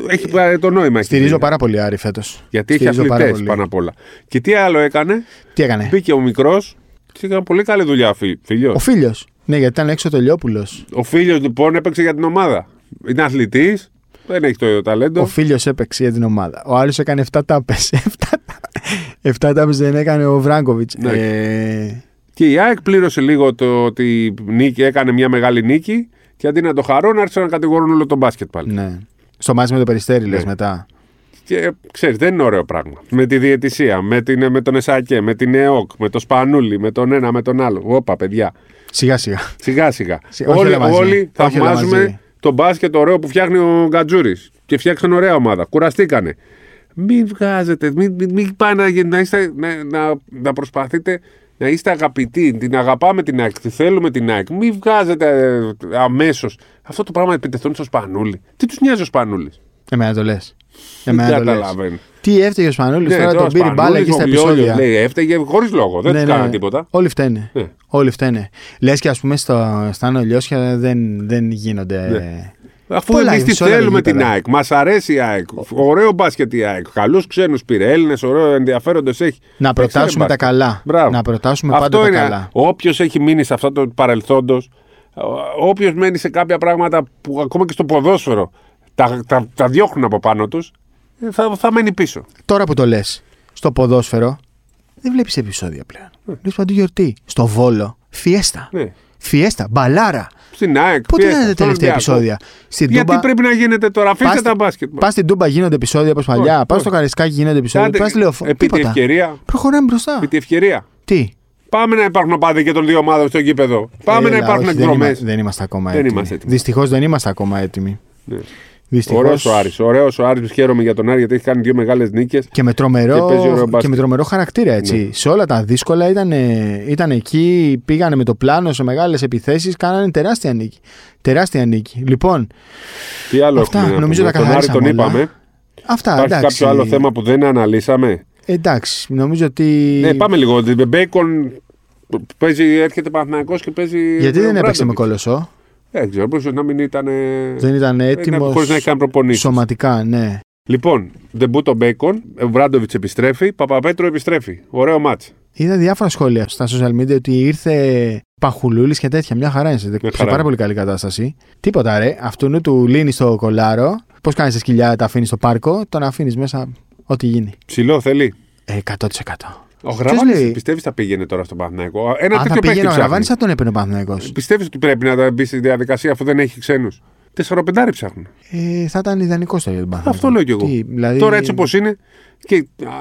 Speaker 2: Έχει πάρει το νόημα. έχει
Speaker 1: Στηρίζω
Speaker 2: γίνει.
Speaker 1: πάρα πολύ Άρη φέτος.
Speaker 2: Γιατί έχει αθλητέ πάνω απ' όλα. Και τι άλλο έκανε.
Speaker 1: Τι έκανε.
Speaker 2: Μπήκε ο μικρός. Τη έκανε πολύ καλή δουλειά φι- φίλιος.
Speaker 1: Ο φίλιος. Ναι, γιατί ήταν έξω το Λιόπουλο.
Speaker 2: Ο φίλο λοιπόν έπαιξε για την ομάδα. Είναι αθλητής. Δεν έχει το ίδιο ταλέντο.
Speaker 1: Ο φίλιος έπαιξε για την ομάδα. Ο άλλος έκανε 7 τάπε. (laughs) 7 τάπε δεν έκανε ο Βράγκοβιτ.
Speaker 2: Ναι.
Speaker 1: Ε,
Speaker 2: Και η ΑΕΚ πλήρωσε λίγο το ότι νίκη, έκανε μια μεγάλη νίκη. Και αντί να το χαρούν, άρχισαν να κατηγορούν όλο τον μπάσκετ πάλι.
Speaker 1: ναι. Στο μάτι με το περιστέρι, λες
Speaker 2: Ναι.
Speaker 1: μετά.
Speaker 2: Και ξέρεις, δεν είναι ωραίο πράγμα. Με τη διαιτησία, με, την, ε, με τον Εσάκε, με την ΕΟΚ, με το Σπανούλι, με τον ένα, με τον άλλο. Όπα, παιδιά.
Speaker 1: Σιγά σιγά.
Speaker 2: Σιγά σιγά.
Speaker 1: Σι- όχι
Speaker 2: όλοι,
Speaker 1: όλα μαζί.
Speaker 2: όλοι
Speaker 1: Όχι όλα μαζί.
Speaker 2: θαυμάζουμε τον μπάσκετ ωραίο που φτιάχνει ο Γκατζούρης. Και φτιάξαν ωραία ομάδα. Κουραστήκανε. Μην βγάζετε, μην, μην, μην πάει να, γι- να, είστε, να, να, να προσπαθείτε να είστε αγαπητοί. Την αγαπάμε την ΑΕΚ, τη θέλουμε την ΑΕΚ. Μην βγάζετε αμέσως. Αυτό το πράγμα επιτεθούν στο Σπανούλι. Τι τους νοιάζει ο Σπανούλης.
Speaker 1: Εμένα το λες.
Speaker 2: Δεν
Speaker 1: Εμένα το λες.
Speaker 2: καταλαβαίνω.
Speaker 1: Τι έφταιγε ο Σπανούλης
Speaker 2: Ναι,
Speaker 1: τώρα,
Speaker 2: τώρα
Speaker 1: τον πήρε
Speaker 2: Σπανούλης,
Speaker 1: μπάλα εκεί στα
Speaker 2: ο Βιόλιος,
Speaker 1: επεισόδια.
Speaker 2: Λέει, έφταιγε χωρίς λόγο. Δεν
Speaker 1: Ναι,
Speaker 2: τους
Speaker 1: ναι,
Speaker 2: κάνανε
Speaker 1: ναι.
Speaker 2: τίποτα.
Speaker 1: Όλοι φταίνε.
Speaker 2: Ναι.
Speaker 1: Όλοι φταίνε. Λες και ας πούμε στο, στα νολιώσια δεν, δεν γίνονται.
Speaker 2: Ναι. Αφού
Speaker 1: Πολλά
Speaker 2: εμείς τη
Speaker 1: είναι σε όλα τα
Speaker 2: θέλουμε την
Speaker 1: γήπεδα.
Speaker 2: ΑΕΚ, μας αρέσει η ΑΕΚ. Ωραίο μπάσκετ η ΑΕΚ. Καλούς ξένους πήρε, Έλληνες, ωραίο ενδιαφέροντες έχει.
Speaker 1: Να
Speaker 2: Δεν ξέρει
Speaker 1: προτάσουμε τα
Speaker 2: μπάσκετ.
Speaker 1: καλά.
Speaker 2: Μπράβο.
Speaker 1: Να προτάσουμε
Speaker 2: Αυτό
Speaker 1: πάντα
Speaker 2: είναι.
Speaker 1: τα καλά.
Speaker 2: Όποιος έχει μείνει σε αυτό το παρελθόντος, όποιος μένει σε κάποια πράγματα που ακόμα και στο ποδόσφαιρο τα, τα, τα διώχνουν από πάνω τους, θα, θα μένει πίσω.
Speaker 1: Τώρα που το λες, στο ποδόσφαιρο δεν βλέπεις επεισόδια πλέον. Βλέπεις παντού γιορτή. Στο βόλο, φιέστα.
Speaker 2: Ναι.
Speaker 1: Φιέστα, μπαλάρα.
Speaker 2: Στην ΑΕΚ.
Speaker 1: Πότε
Speaker 2: πιέστα,
Speaker 1: ήταν τα τελευταία
Speaker 2: στον Ολυμπιακό.
Speaker 1: επεισόδια. Στην
Speaker 2: Γιατί
Speaker 1: Τούμπα.
Speaker 2: πρέπει να γίνεται τώρα, αφήστε
Speaker 1: πας-
Speaker 2: τα μπάσκετ.
Speaker 1: Πας στην Τούμπα γίνονται επεισόδια όπως παλιά.
Speaker 2: Όχι,
Speaker 1: Πας στο
Speaker 2: όχι.
Speaker 1: Καρισκάκι γίνονται επεισόδια.
Speaker 2: Κάντε-
Speaker 1: Πας στη Λεωφόρο.
Speaker 2: επί τη
Speaker 1: Τίποτα.
Speaker 2: ευκαιρία.
Speaker 1: Προχωράμε μπροστά.
Speaker 2: Επί τη ευκαιρία.
Speaker 1: Τι.
Speaker 2: Πάμε να υπάρχουν οπαδοί και των δύο ομάδων στο γήπεδο. Πάμε να
Speaker 1: Έλα,
Speaker 2: υπάρχουν
Speaker 1: Ε, όχι, δεν
Speaker 2: εκδρομές.
Speaker 1: είμα- Δεν είμαστε ακόμα
Speaker 2: Δεν
Speaker 1: έτοιμοι.
Speaker 2: είμαστε έτοιμοι.
Speaker 1: Δυστυχώς δεν είμαστε ακόμα έτοιμοι.
Speaker 2: Ναι.
Speaker 1: Δυστυχώς.
Speaker 2: Ωραίος ο Άρης. Ωραίος ο Άρης. Χαίρομαι για τον Άρη γιατί έχει κάνει δύο μεγάλες νίκες.
Speaker 1: Και με,
Speaker 2: Και παίζει Ναι.
Speaker 1: τρομερό,
Speaker 2: ωραίο
Speaker 1: και,
Speaker 2: μπάσκετ.
Speaker 1: με τρομερό χαρακτήρα, έτσι. Σε όλα τα δύσκολα ήταν, ε, ήταν εκεί, πήγανε με το πλάνο σε μεγάλες επιθέσεις, κάνανε τεράστια νίκη. Τεράστια νίκη. Λοιπόν,
Speaker 2: Τι άλλο
Speaker 1: Αυτά,
Speaker 2: έχουμε. να
Speaker 1: νομίζω
Speaker 2: πούμε.
Speaker 1: τα
Speaker 2: τον Άρη
Speaker 1: καθαρίσαμε
Speaker 2: τον
Speaker 1: όλα.
Speaker 2: είπαμε.
Speaker 1: αυτά
Speaker 2: Υπάρχει
Speaker 1: εντάξει.
Speaker 2: κάποιο άλλο θέμα που δεν αναλύσαμε.
Speaker 1: Εντάξει, νομίζω ότι.
Speaker 2: Ναι, πάμε λίγο. Μπέικον παίζει, έρχεται Παναθυναϊκό και παίζει.
Speaker 1: Γιατί
Speaker 2: ο
Speaker 1: δεν έπαιξε με
Speaker 2: Μπράντοβιτς.
Speaker 1: κολοσσό,
Speaker 2: Δεν ξέρω, μπορούσε να μην ήταν.
Speaker 1: δεν ήταν έτοιμος.
Speaker 2: Χωρίς Ε, ναι, να έχει κάνει προπονήσεις.
Speaker 1: Σωματικά, ναι.
Speaker 2: Λοιπόν, δεν μπούτο Μπέικον. Ο Βράντοβιτ επιστρέφει. Παπαπέτρο επιστρέφει. Ωραίο μάτς.
Speaker 1: Είδα διάφορα σχόλια στα social media ότι ήρθε παχουλούλης και τέτοια. Μια χαρά είναι σε, σε
Speaker 2: χαρά.
Speaker 1: πάρα πολύ καλή κατάσταση. Τίποτα ρε. Αυτού νου του λύνει το κολάρο. Πώς κάνεις σε σκυλιά, τα αφήνεις στο πάρκο, τον αφήνεις μέσα ό,τι γίνει.
Speaker 2: Ψηλό θέλει.
Speaker 1: Ε, 100%.
Speaker 2: Ο Γραβάνη
Speaker 1: λέει?
Speaker 2: πιστεύεις θα πήγαινε τώρα στον Παναθηναϊκό. Ένα
Speaker 1: Αν θα
Speaker 2: τέτοιο παίχτη
Speaker 1: πήγαινε ο
Speaker 2: ψάχνει.
Speaker 1: Γραβάνη, θα τον έπαιρνε ο Παναθυναϊκό.
Speaker 2: Πιστεύεις ότι πρέπει να τα μπει στη διαδικασία αφού δεν έχει ξένους. Τεσσαροπεντάρι ψάχνουν.
Speaker 1: Ε, θα ήταν ιδανικός τώρα για τον Παναθυναϊκό.
Speaker 2: Αυτό λέω κι εγώ.
Speaker 1: Δηλαδή,
Speaker 2: Τώρα έτσι όπως είναι. Και, α,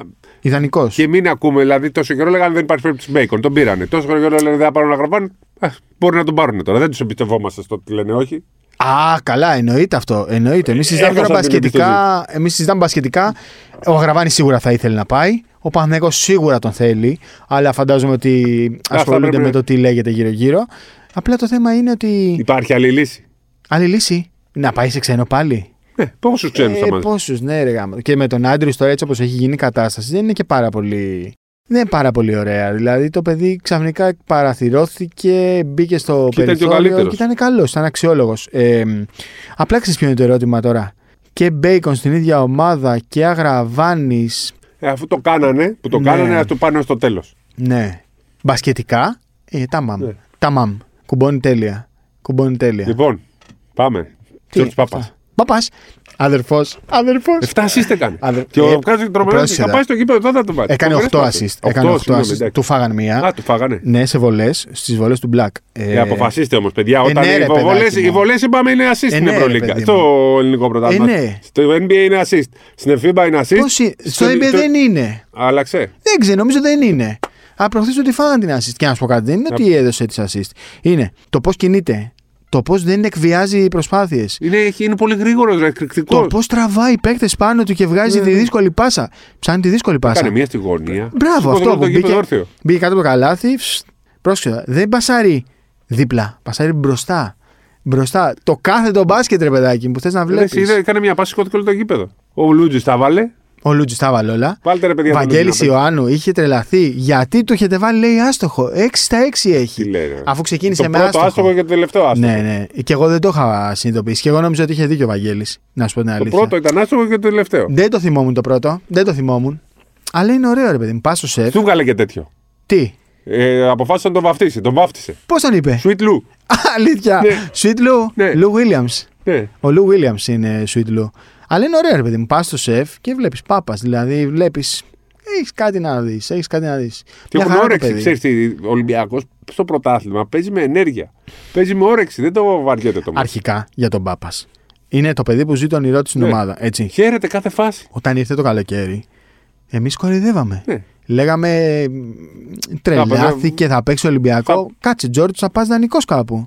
Speaker 1: Ιδανικό.
Speaker 2: και μην ακούμε, δηλαδή τόσο καιρό λέγανε δεν υπάρχει περίπτωση Μπέικον. Τον πήρανε. Τόσο καιρό λέγανε δεν θα πάρουν να γραβάνε. Α, μπορεί να τον πάρουν τώρα. Δεν τους εμπιστευόμαστε στο ότι λένε όχι.
Speaker 1: Α, καλά, εννοείται αυτό. Εννοείται. Εμείς συζητάμε τώρα
Speaker 2: έχασα την
Speaker 1: μπασκετικά. Εμείς συζητάμε μπασκετικά. Ο Γραβάνη σίγουρα θα ήθελε να πάει. Ο Πανέκο σίγουρα τον θέλει. Αλλά φαντάζομαι ότι
Speaker 2: Αυτά
Speaker 1: ασχολούνται
Speaker 2: πρέπει
Speaker 1: με
Speaker 2: να-
Speaker 1: το τι λέγεται γύρω-γύρω. Απλά το θέμα είναι ότι.
Speaker 2: Υπάρχει άλλη λύση.
Speaker 1: Άλλη λύση. Να πάει σε ξένο πάλι.
Speaker 2: Ναι,
Speaker 1: Ε,
Speaker 2: πόσους ξένους θα μάθεις.
Speaker 1: πόσους, ναι, ρε γάμα. Και με τον Άντριου τώρα έτσι όπως έχει γίνει η κατάσταση δεν είναι και πάρα πολύ. Δεν είναι πάρα πολύ ωραία. Δηλαδή το παιδί ξαφνικά παραθυρώθηκε, μπήκε στο
Speaker 2: Και ήταν και
Speaker 1: περιθώριο
Speaker 2: ο καλύτερος.
Speaker 1: και ήταν καλός, ήταν αξιόλογος. Ε, μ, απλά ξέρεις ποιο είναι το ερώτημα τώρα. Και Μπέικον στην ίδια ομάδα και Αγραβάνη.
Speaker 2: Ε, αφού το κάνανε, που το
Speaker 1: Ναι.
Speaker 2: κάνανε, ας το πάνε στο τέλος.
Speaker 1: Ναι. Μπασκετικά. Ε, τα μαμ.
Speaker 2: Ναι.
Speaker 1: Τα μαμ. Κουμπώνει τέλεια. Κουμπώνει τέλεια.
Speaker 2: Λοιπόν, πάμε. Τσόρτ Πάπα.
Speaker 1: Παπά. Αδερφός. Αδερφός.
Speaker 2: 7 assist έκανε.
Speaker 1: Αδε-
Speaker 2: Και
Speaker 1: ε,
Speaker 2: ο Κάζι τρομερό
Speaker 1: πρόσεξε
Speaker 2: θα
Speaker 1: τα.
Speaker 2: πάει στο γήπεδο, τότε θα το βάλει.
Speaker 1: Ε, Έκανε 8 assist. Έκανε 8 assist. Του φάγαν μία.
Speaker 2: Α, του φάγανε.
Speaker 1: Ναι, σε βολές, στις βολές του Black. Ε,
Speaker 2: Ε, αποφασίστε όμως, παιδιά. Όταν
Speaker 1: ναι,
Speaker 2: οι
Speaker 1: ρε, παιδάκι
Speaker 2: βολές-
Speaker 1: μου.
Speaker 2: οι βολές είπαμε είναι assist στην
Speaker 1: ναι, ρε,
Speaker 2: Ευρωλίγκα.
Speaker 1: παιδί
Speaker 2: Στο ελληνικό πρωτάθλημα.
Speaker 1: Ε, ναι.
Speaker 2: Στο NBA είναι assist. Στην FIBA είναι assist.
Speaker 1: πώς είναι- στο
Speaker 2: Στην-
Speaker 1: NBA
Speaker 2: το-
Speaker 1: δεν είναι.
Speaker 2: Άλλαξε.
Speaker 1: Δεν ξέρω, νομίζω δεν είναι. Α, προχθές ότι φάγαν την assist. Και να σου πω κάτι, δεν είναι ότι έδωσε τις assist. Είναι το πώς κινείται, Το πώς δεν εκβιάζει προσπάθειες.
Speaker 2: Είναι, έχει- είναι πολύ γρήγορο,
Speaker 1: Το
Speaker 2: εκρηκτικό.
Speaker 1: πώς τραβάει παίκτες πάνω του και βγάζει τη δύσκολη πάσα. Ψάνει τη δύσκολη πάσα.
Speaker 2: Ναι, Κάνε μία στη γωνία.
Speaker 1: Μπράβο,
Speaker 2: Σηκώθηκε
Speaker 1: αυτό που
Speaker 2: το γήπεδο
Speaker 1: μπήκε,
Speaker 2: όρθιο.
Speaker 1: μπήκε κάτω από το καλάθι. φσ, Πρόσεξε, δεν πασάρει δίπλα. Πασάρει μπροστά. Μπροστά. Το κάθετο μπάσκετ, ρε παιδάκι μου, που θες να
Speaker 2: Λες,
Speaker 1: βλέπει.
Speaker 2: είδε, κάνε μία πάση, σηκώθηκε όλο το γήπεδο. Ο Λούτζης τα βάλε.
Speaker 1: Ο Λούτζι τα βάλε όλα.
Speaker 2: Βάλτε ρε παιδιά. τον
Speaker 1: Βαγγέλη
Speaker 2: Λούτζι να παίξει.
Speaker 1: Ιωάννου είχε τρελαθεί γιατί του έχετε βάλει, λέει, άστοχο. 6 στα 6 έχει.
Speaker 2: Τι λέει, ρε.
Speaker 1: Αφού ξεκίνησε
Speaker 2: το
Speaker 1: με
Speaker 2: πρώτο
Speaker 1: άστοχο.
Speaker 2: άστοχο και το τελευταίο άστοχο.
Speaker 1: Ναι, ναι. Και εγώ δεν το είχα συνειδητοποιήσει. Και εγώ νόμιζα ότι είχε δίκιο ο Βαγγέλης. Να σου πω την
Speaker 2: Το
Speaker 1: αλήθεια.
Speaker 2: πρώτο ήταν άστοχο και το τελευταίο.
Speaker 1: Δεν το θυμόμουν το πρώτο. Δεν το θυμόμουν. Αλλά είναι ωραίο, ρε παιδί μου. Πας στο σερ.
Speaker 2: Του Ε, βγάλε και τέτοιο.
Speaker 1: Τι.
Speaker 2: Ε, αποφάσισε να τον βαφτίσει. Τον βάφτισε.
Speaker 1: Πώς τον είπε.
Speaker 2: Sweet Lou.
Speaker 1: Αλήθεια.
Speaker 2: Ναι.
Speaker 1: Sweet Lou.
Speaker 2: Ναι.
Speaker 1: Lou Williams.
Speaker 2: Ναι.
Speaker 1: Ο Lou Williams είναι Sweet Lou. Αλλά είναι ωραίο, ρε παιδί μου. Πας στο σεφ και βλέπεις πάπας. Δηλαδή, βλέπεις. Έχεις κάτι να δεις. Έχεις κάτι να δεις.
Speaker 2: Και έχουν όρεξη. Ξέρεις, τι, ο Ολυμπιακός στο πρωτάθλημα παίζει με ενέργεια. Παίζει με όρεξη. Δεν το βαριέται το μάτι.
Speaker 1: Αρχικά για τον πάπας. Είναι το παιδί που ζει το όνειρό του στην
Speaker 2: Ναι.
Speaker 1: ομάδα. Έτσι.
Speaker 2: Χαίρεται κάθε φάση.
Speaker 1: Όταν ήρθε το καλοκαίρι, εμείς κορυδεύαμε.
Speaker 2: Ναι.
Speaker 1: Λέγαμε τρελάθηκε, θα παίξει Ολυμπιακό.
Speaker 2: Θα-
Speaker 1: Κάτσε, Τζόρτζ, θα πας δανεικός κάπου.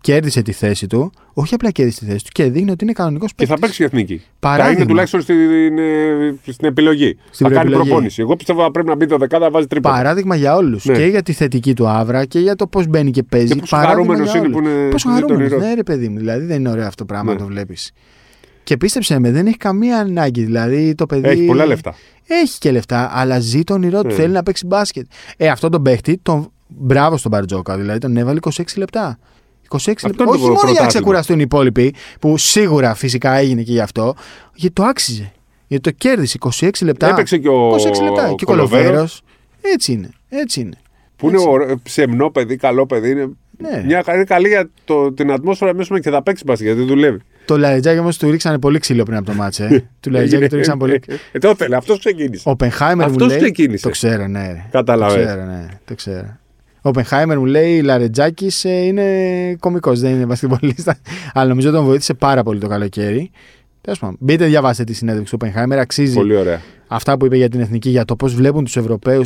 Speaker 1: Κέρδισε τη θέση του. Όχι απλά κέρδισε τη θέση του και δείχνει ότι είναι κανονικός
Speaker 2: Και
Speaker 1: παίκτη.
Speaker 2: θα παίξει η εθνική.
Speaker 1: Παράδειγμα.
Speaker 2: Θα είναι τουλάχιστον στην, ε, στην επιλογή. θα κάνει
Speaker 1: προεπιλογή.
Speaker 2: προπόνηση. Εγώ πιστεύω θα πρέπει να μπει το δεκάδα, βάζει τρίποντα.
Speaker 1: Παράδειγμα για όλους.
Speaker 2: Ναι.
Speaker 1: Και για τη θετική του άβρα και για το πώς μπαίνει και παίζει.
Speaker 2: Και πόσο χαρούμενος είναι που είναι-
Speaker 1: Πόσο
Speaker 2: που είναι το
Speaker 1: χαρούμενο.
Speaker 2: όνειρό
Speaker 1: Ναι, ρε παιδί μου. Δηλαδή δεν είναι ωραίο αυτό το πράγμα
Speaker 2: Ναι.
Speaker 1: να το βλέπεις. Και πίστεψε με, δεν έχει καμία ανάγκη. Δηλαδή το παιδί.
Speaker 2: Έχει πολλά λεφτά.
Speaker 1: Έχει και λεφτά, αλλά ζει το όνειρό του.
Speaker 2: Ναι.
Speaker 1: Θέλει να παίξει μπάσκετ. Ε, αυτό τον παίχτη, τον... μπράβο στον Μπαρτζόκα. Δηλαδή τον έβαλε 26 λεπτά. 26 λεπτά.
Speaker 2: Αυτό είναι
Speaker 1: Όχι
Speaker 2: το
Speaker 1: μόνο για να
Speaker 2: πρωτάθλημα.
Speaker 1: ξεκουραστούν οι υπόλοιποι, που σίγουρα φυσικά έγινε και γι' αυτό, γιατί το άξιζε. Γιατί το κέρδισε 26 λεπτά.
Speaker 2: Έπαιξε και ο
Speaker 1: 26 λεπτά. Και ο Κολοβέρος. Έτσι είναι. Έτσι είναι.
Speaker 2: Που είναι
Speaker 1: Έτσι.
Speaker 2: ωραίο, ψεμνό παιδί, καλό παιδί. Είναι
Speaker 1: Ναι.
Speaker 2: μια χαρή καλή για το, την ατμόσφαιρα μέσα και θα παίξει μπάσκετ, γιατί δουλεύει.
Speaker 1: Το Λαριτζάκι όμως του ρίξανε πολύ ξύλο πριν από το μάτσε.
Speaker 2: (laughs)
Speaker 1: Ε. του Λαριτζάκι του ρίξανε πολύ.
Speaker 2: Ε, το ήθελε, αυτός ξεκίνησε.
Speaker 1: Ο Οπενχάιμερ μου
Speaker 2: Αυτός
Speaker 1: λέει.
Speaker 2: ξεκίνησε.
Speaker 1: Το ξέρω, ναι. ρε.
Speaker 2: Κατάλαβες.
Speaker 1: Το ξέρω, ναι. Το ξέρω. Ο Οπενχάιμερ μου λέει Λαρετζάκης είναι κωμικός, δεν είναι βασιλιμπολίστα. (laughs) Αλλά νομίζω τον βοήθησε πάρα πολύ το καλοκαίρι. Τέλος πάντων, μπείτε, διαβάστε τη συνέντευξη του Οπενχάιμερ. Αξίζει
Speaker 2: Πολύ ωραία.
Speaker 1: αυτά που είπε για την εθνική, για το πώς βλέπουν τους Ευρωπαίους,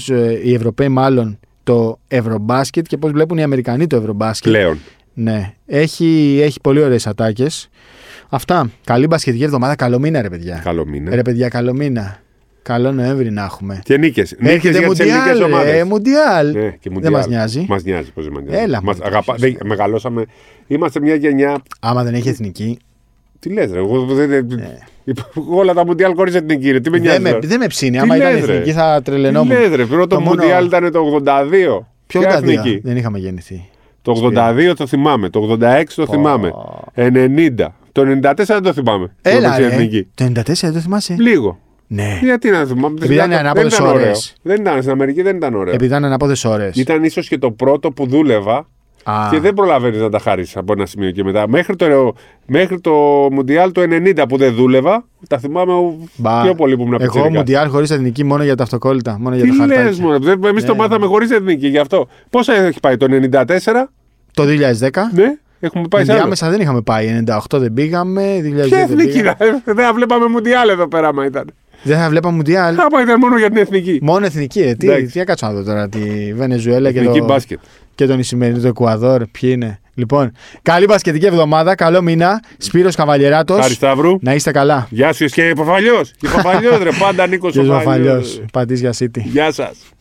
Speaker 1: οι Ευρωπαίοι μάλλον το ευρωμπάσκετ και πώς βλέπουν οι Αμερικανοί το ευρωμπάσκετ.
Speaker 2: Πλέον.
Speaker 1: Ναι, έχει, έχει πολύ ωραίες ατάκες. Αυτά. Καλή μπασκετική εβδομάδα. Καλό μήνα, ρε παιδιά.
Speaker 2: Καλό μήνα.
Speaker 1: Ρε παιδιά, καλό μήνα. Καλό Νοέμβρη να έχουμε.
Speaker 2: Και νίκες. Νίκε
Speaker 1: Έρχεται
Speaker 2: για τις ελληνικέ
Speaker 1: Μουντιάλ. ρε,
Speaker 2: ομάδες.
Speaker 1: Μουντιάλ.
Speaker 2: Ναι, και
Speaker 1: Δεν
Speaker 2: Μουντιάλ.
Speaker 1: μας νοιάζει.
Speaker 2: Μας νοιάζει πώ δεν μας νοιάζει.
Speaker 1: Έλα,
Speaker 2: Μας
Speaker 1: μωρέ,
Speaker 2: αγαπά...
Speaker 1: ποιος.
Speaker 2: δεν- Μεγαλώσαμε. Είμαστε μια γενιά.
Speaker 1: Άμα δεν έχει εθνική.
Speaker 2: Τι λες, ρε. Εγώ, δεν... Υπά- (laughs) Όλα τα Μουντιάλ χωρίς την κύριε. Τι με νοιάζει.
Speaker 1: Ναι. Δεν με,
Speaker 2: τώρα.
Speaker 1: δεν με ψήνει.
Speaker 2: Τι
Speaker 1: Άμα ήταν
Speaker 2: λες, ρε.
Speaker 1: εθνική θα
Speaker 2: Τι
Speaker 1: τρελαινόμουν.
Speaker 2: λες, ρε. Πρώτο
Speaker 1: Το μόνο-
Speaker 2: Μουντιάλ ήταν το 82.
Speaker 1: Ποιο Ναι,
Speaker 2: Ποια
Speaker 1: ήταν
Speaker 2: εθνική?
Speaker 1: Δεν είχαμε γεννηθεί.
Speaker 2: Το 82 το θυμάμαι. Το 86 το θυμάμαι. 90. Το 94 δεν το θυμάμαι. το
Speaker 1: Έλα,
Speaker 2: παίξει η
Speaker 1: ρε.
Speaker 2: εθνική.
Speaker 1: Το 94 δεν το θυμάσαι.
Speaker 2: Λίγο.
Speaker 1: Ναι.
Speaker 2: Γιατί να θυμάμαι.
Speaker 1: Επειδή ήταν ανάποδες
Speaker 2: ήταν ωραίο.
Speaker 1: ώρες.
Speaker 2: Δεν ήταν στην Αμερική, δεν ήταν ωραίο.
Speaker 1: Επειδή ήταν ανάποδες ώρες.
Speaker 2: Ήταν ίσως και το πρώτο που δούλευα και δεν προλαβαίνεις να τα χάρει από ένα σημείο και μετά. Μέχρι το, μέχρι το Μουντιάλ το 90 που δεν δούλευα, τα θυμάμαι ο- πιο πολύ που ήμουν από
Speaker 1: Εγώ Μουντιάλ χωρίς εθνική μόνο για τα αυτοκόλλητα. Μόνο για
Speaker 2: Τι
Speaker 1: τα
Speaker 2: λε,
Speaker 1: χαρτάκια.
Speaker 2: Μωρέ, εμείς το
Speaker 1: Ναι.
Speaker 2: μάθαμε χωρίς εθνική γι' αυτό. Πόσα έχει πάει το 94,
Speaker 1: Το 2010.
Speaker 2: ναι, έχουμε πάει σε άλλο.
Speaker 1: Ενδιάμεσα Ε, δεν είχαμε πάει. 98 δεν πήγαμε. 2002
Speaker 2: Ποια
Speaker 1: δεν
Speaker 2: εθνική,
Speaker 1: πήγαμε.
Speaker 2: να- δεν θα βλέπαμε Μουντιάλ εδώ πέρα, άμα ήταν.
Speaker 1: Δεν θα βλέπαμε Μουντιάλ.
Speaker 2: (laughs) Άμα ήταν μόνο για την εθνική.
Speaker 1: Μόνο εθνική. ε, Τι,
Speaker 2: Εντάξει.
Speaker 1: τι να κάτσω να δω τώρα. Τη Βενεζουέλα Ναι, και,
Speaker 2: Εθνική
Speaker 1: το,
Speaker 2: μπάσκετ.
Speaker 1: και τον Ισημερινό, το Εκουαδόρ. Ποιοι είναι. Λοιπόν, καλή μπασκετική εβδομάδα. Καλό μήνα. Σπύρος
Speaker 2: Χάρη
Speaker 1: Καβαλιεράτος.
Speaker 2: Σταυρού.
Speaker 1: Να είστε καλά.
Speaker 2: Γεια σου, και Παπαλιό. Και Παπαλιό, ρε, πάντα Νίκος
Speaker 1: Κύριος
Speaker 2: Παπαλιό.
Speaker 1: Βαφαλιός. Πατής για City.
Speaker 2: Γεια σας.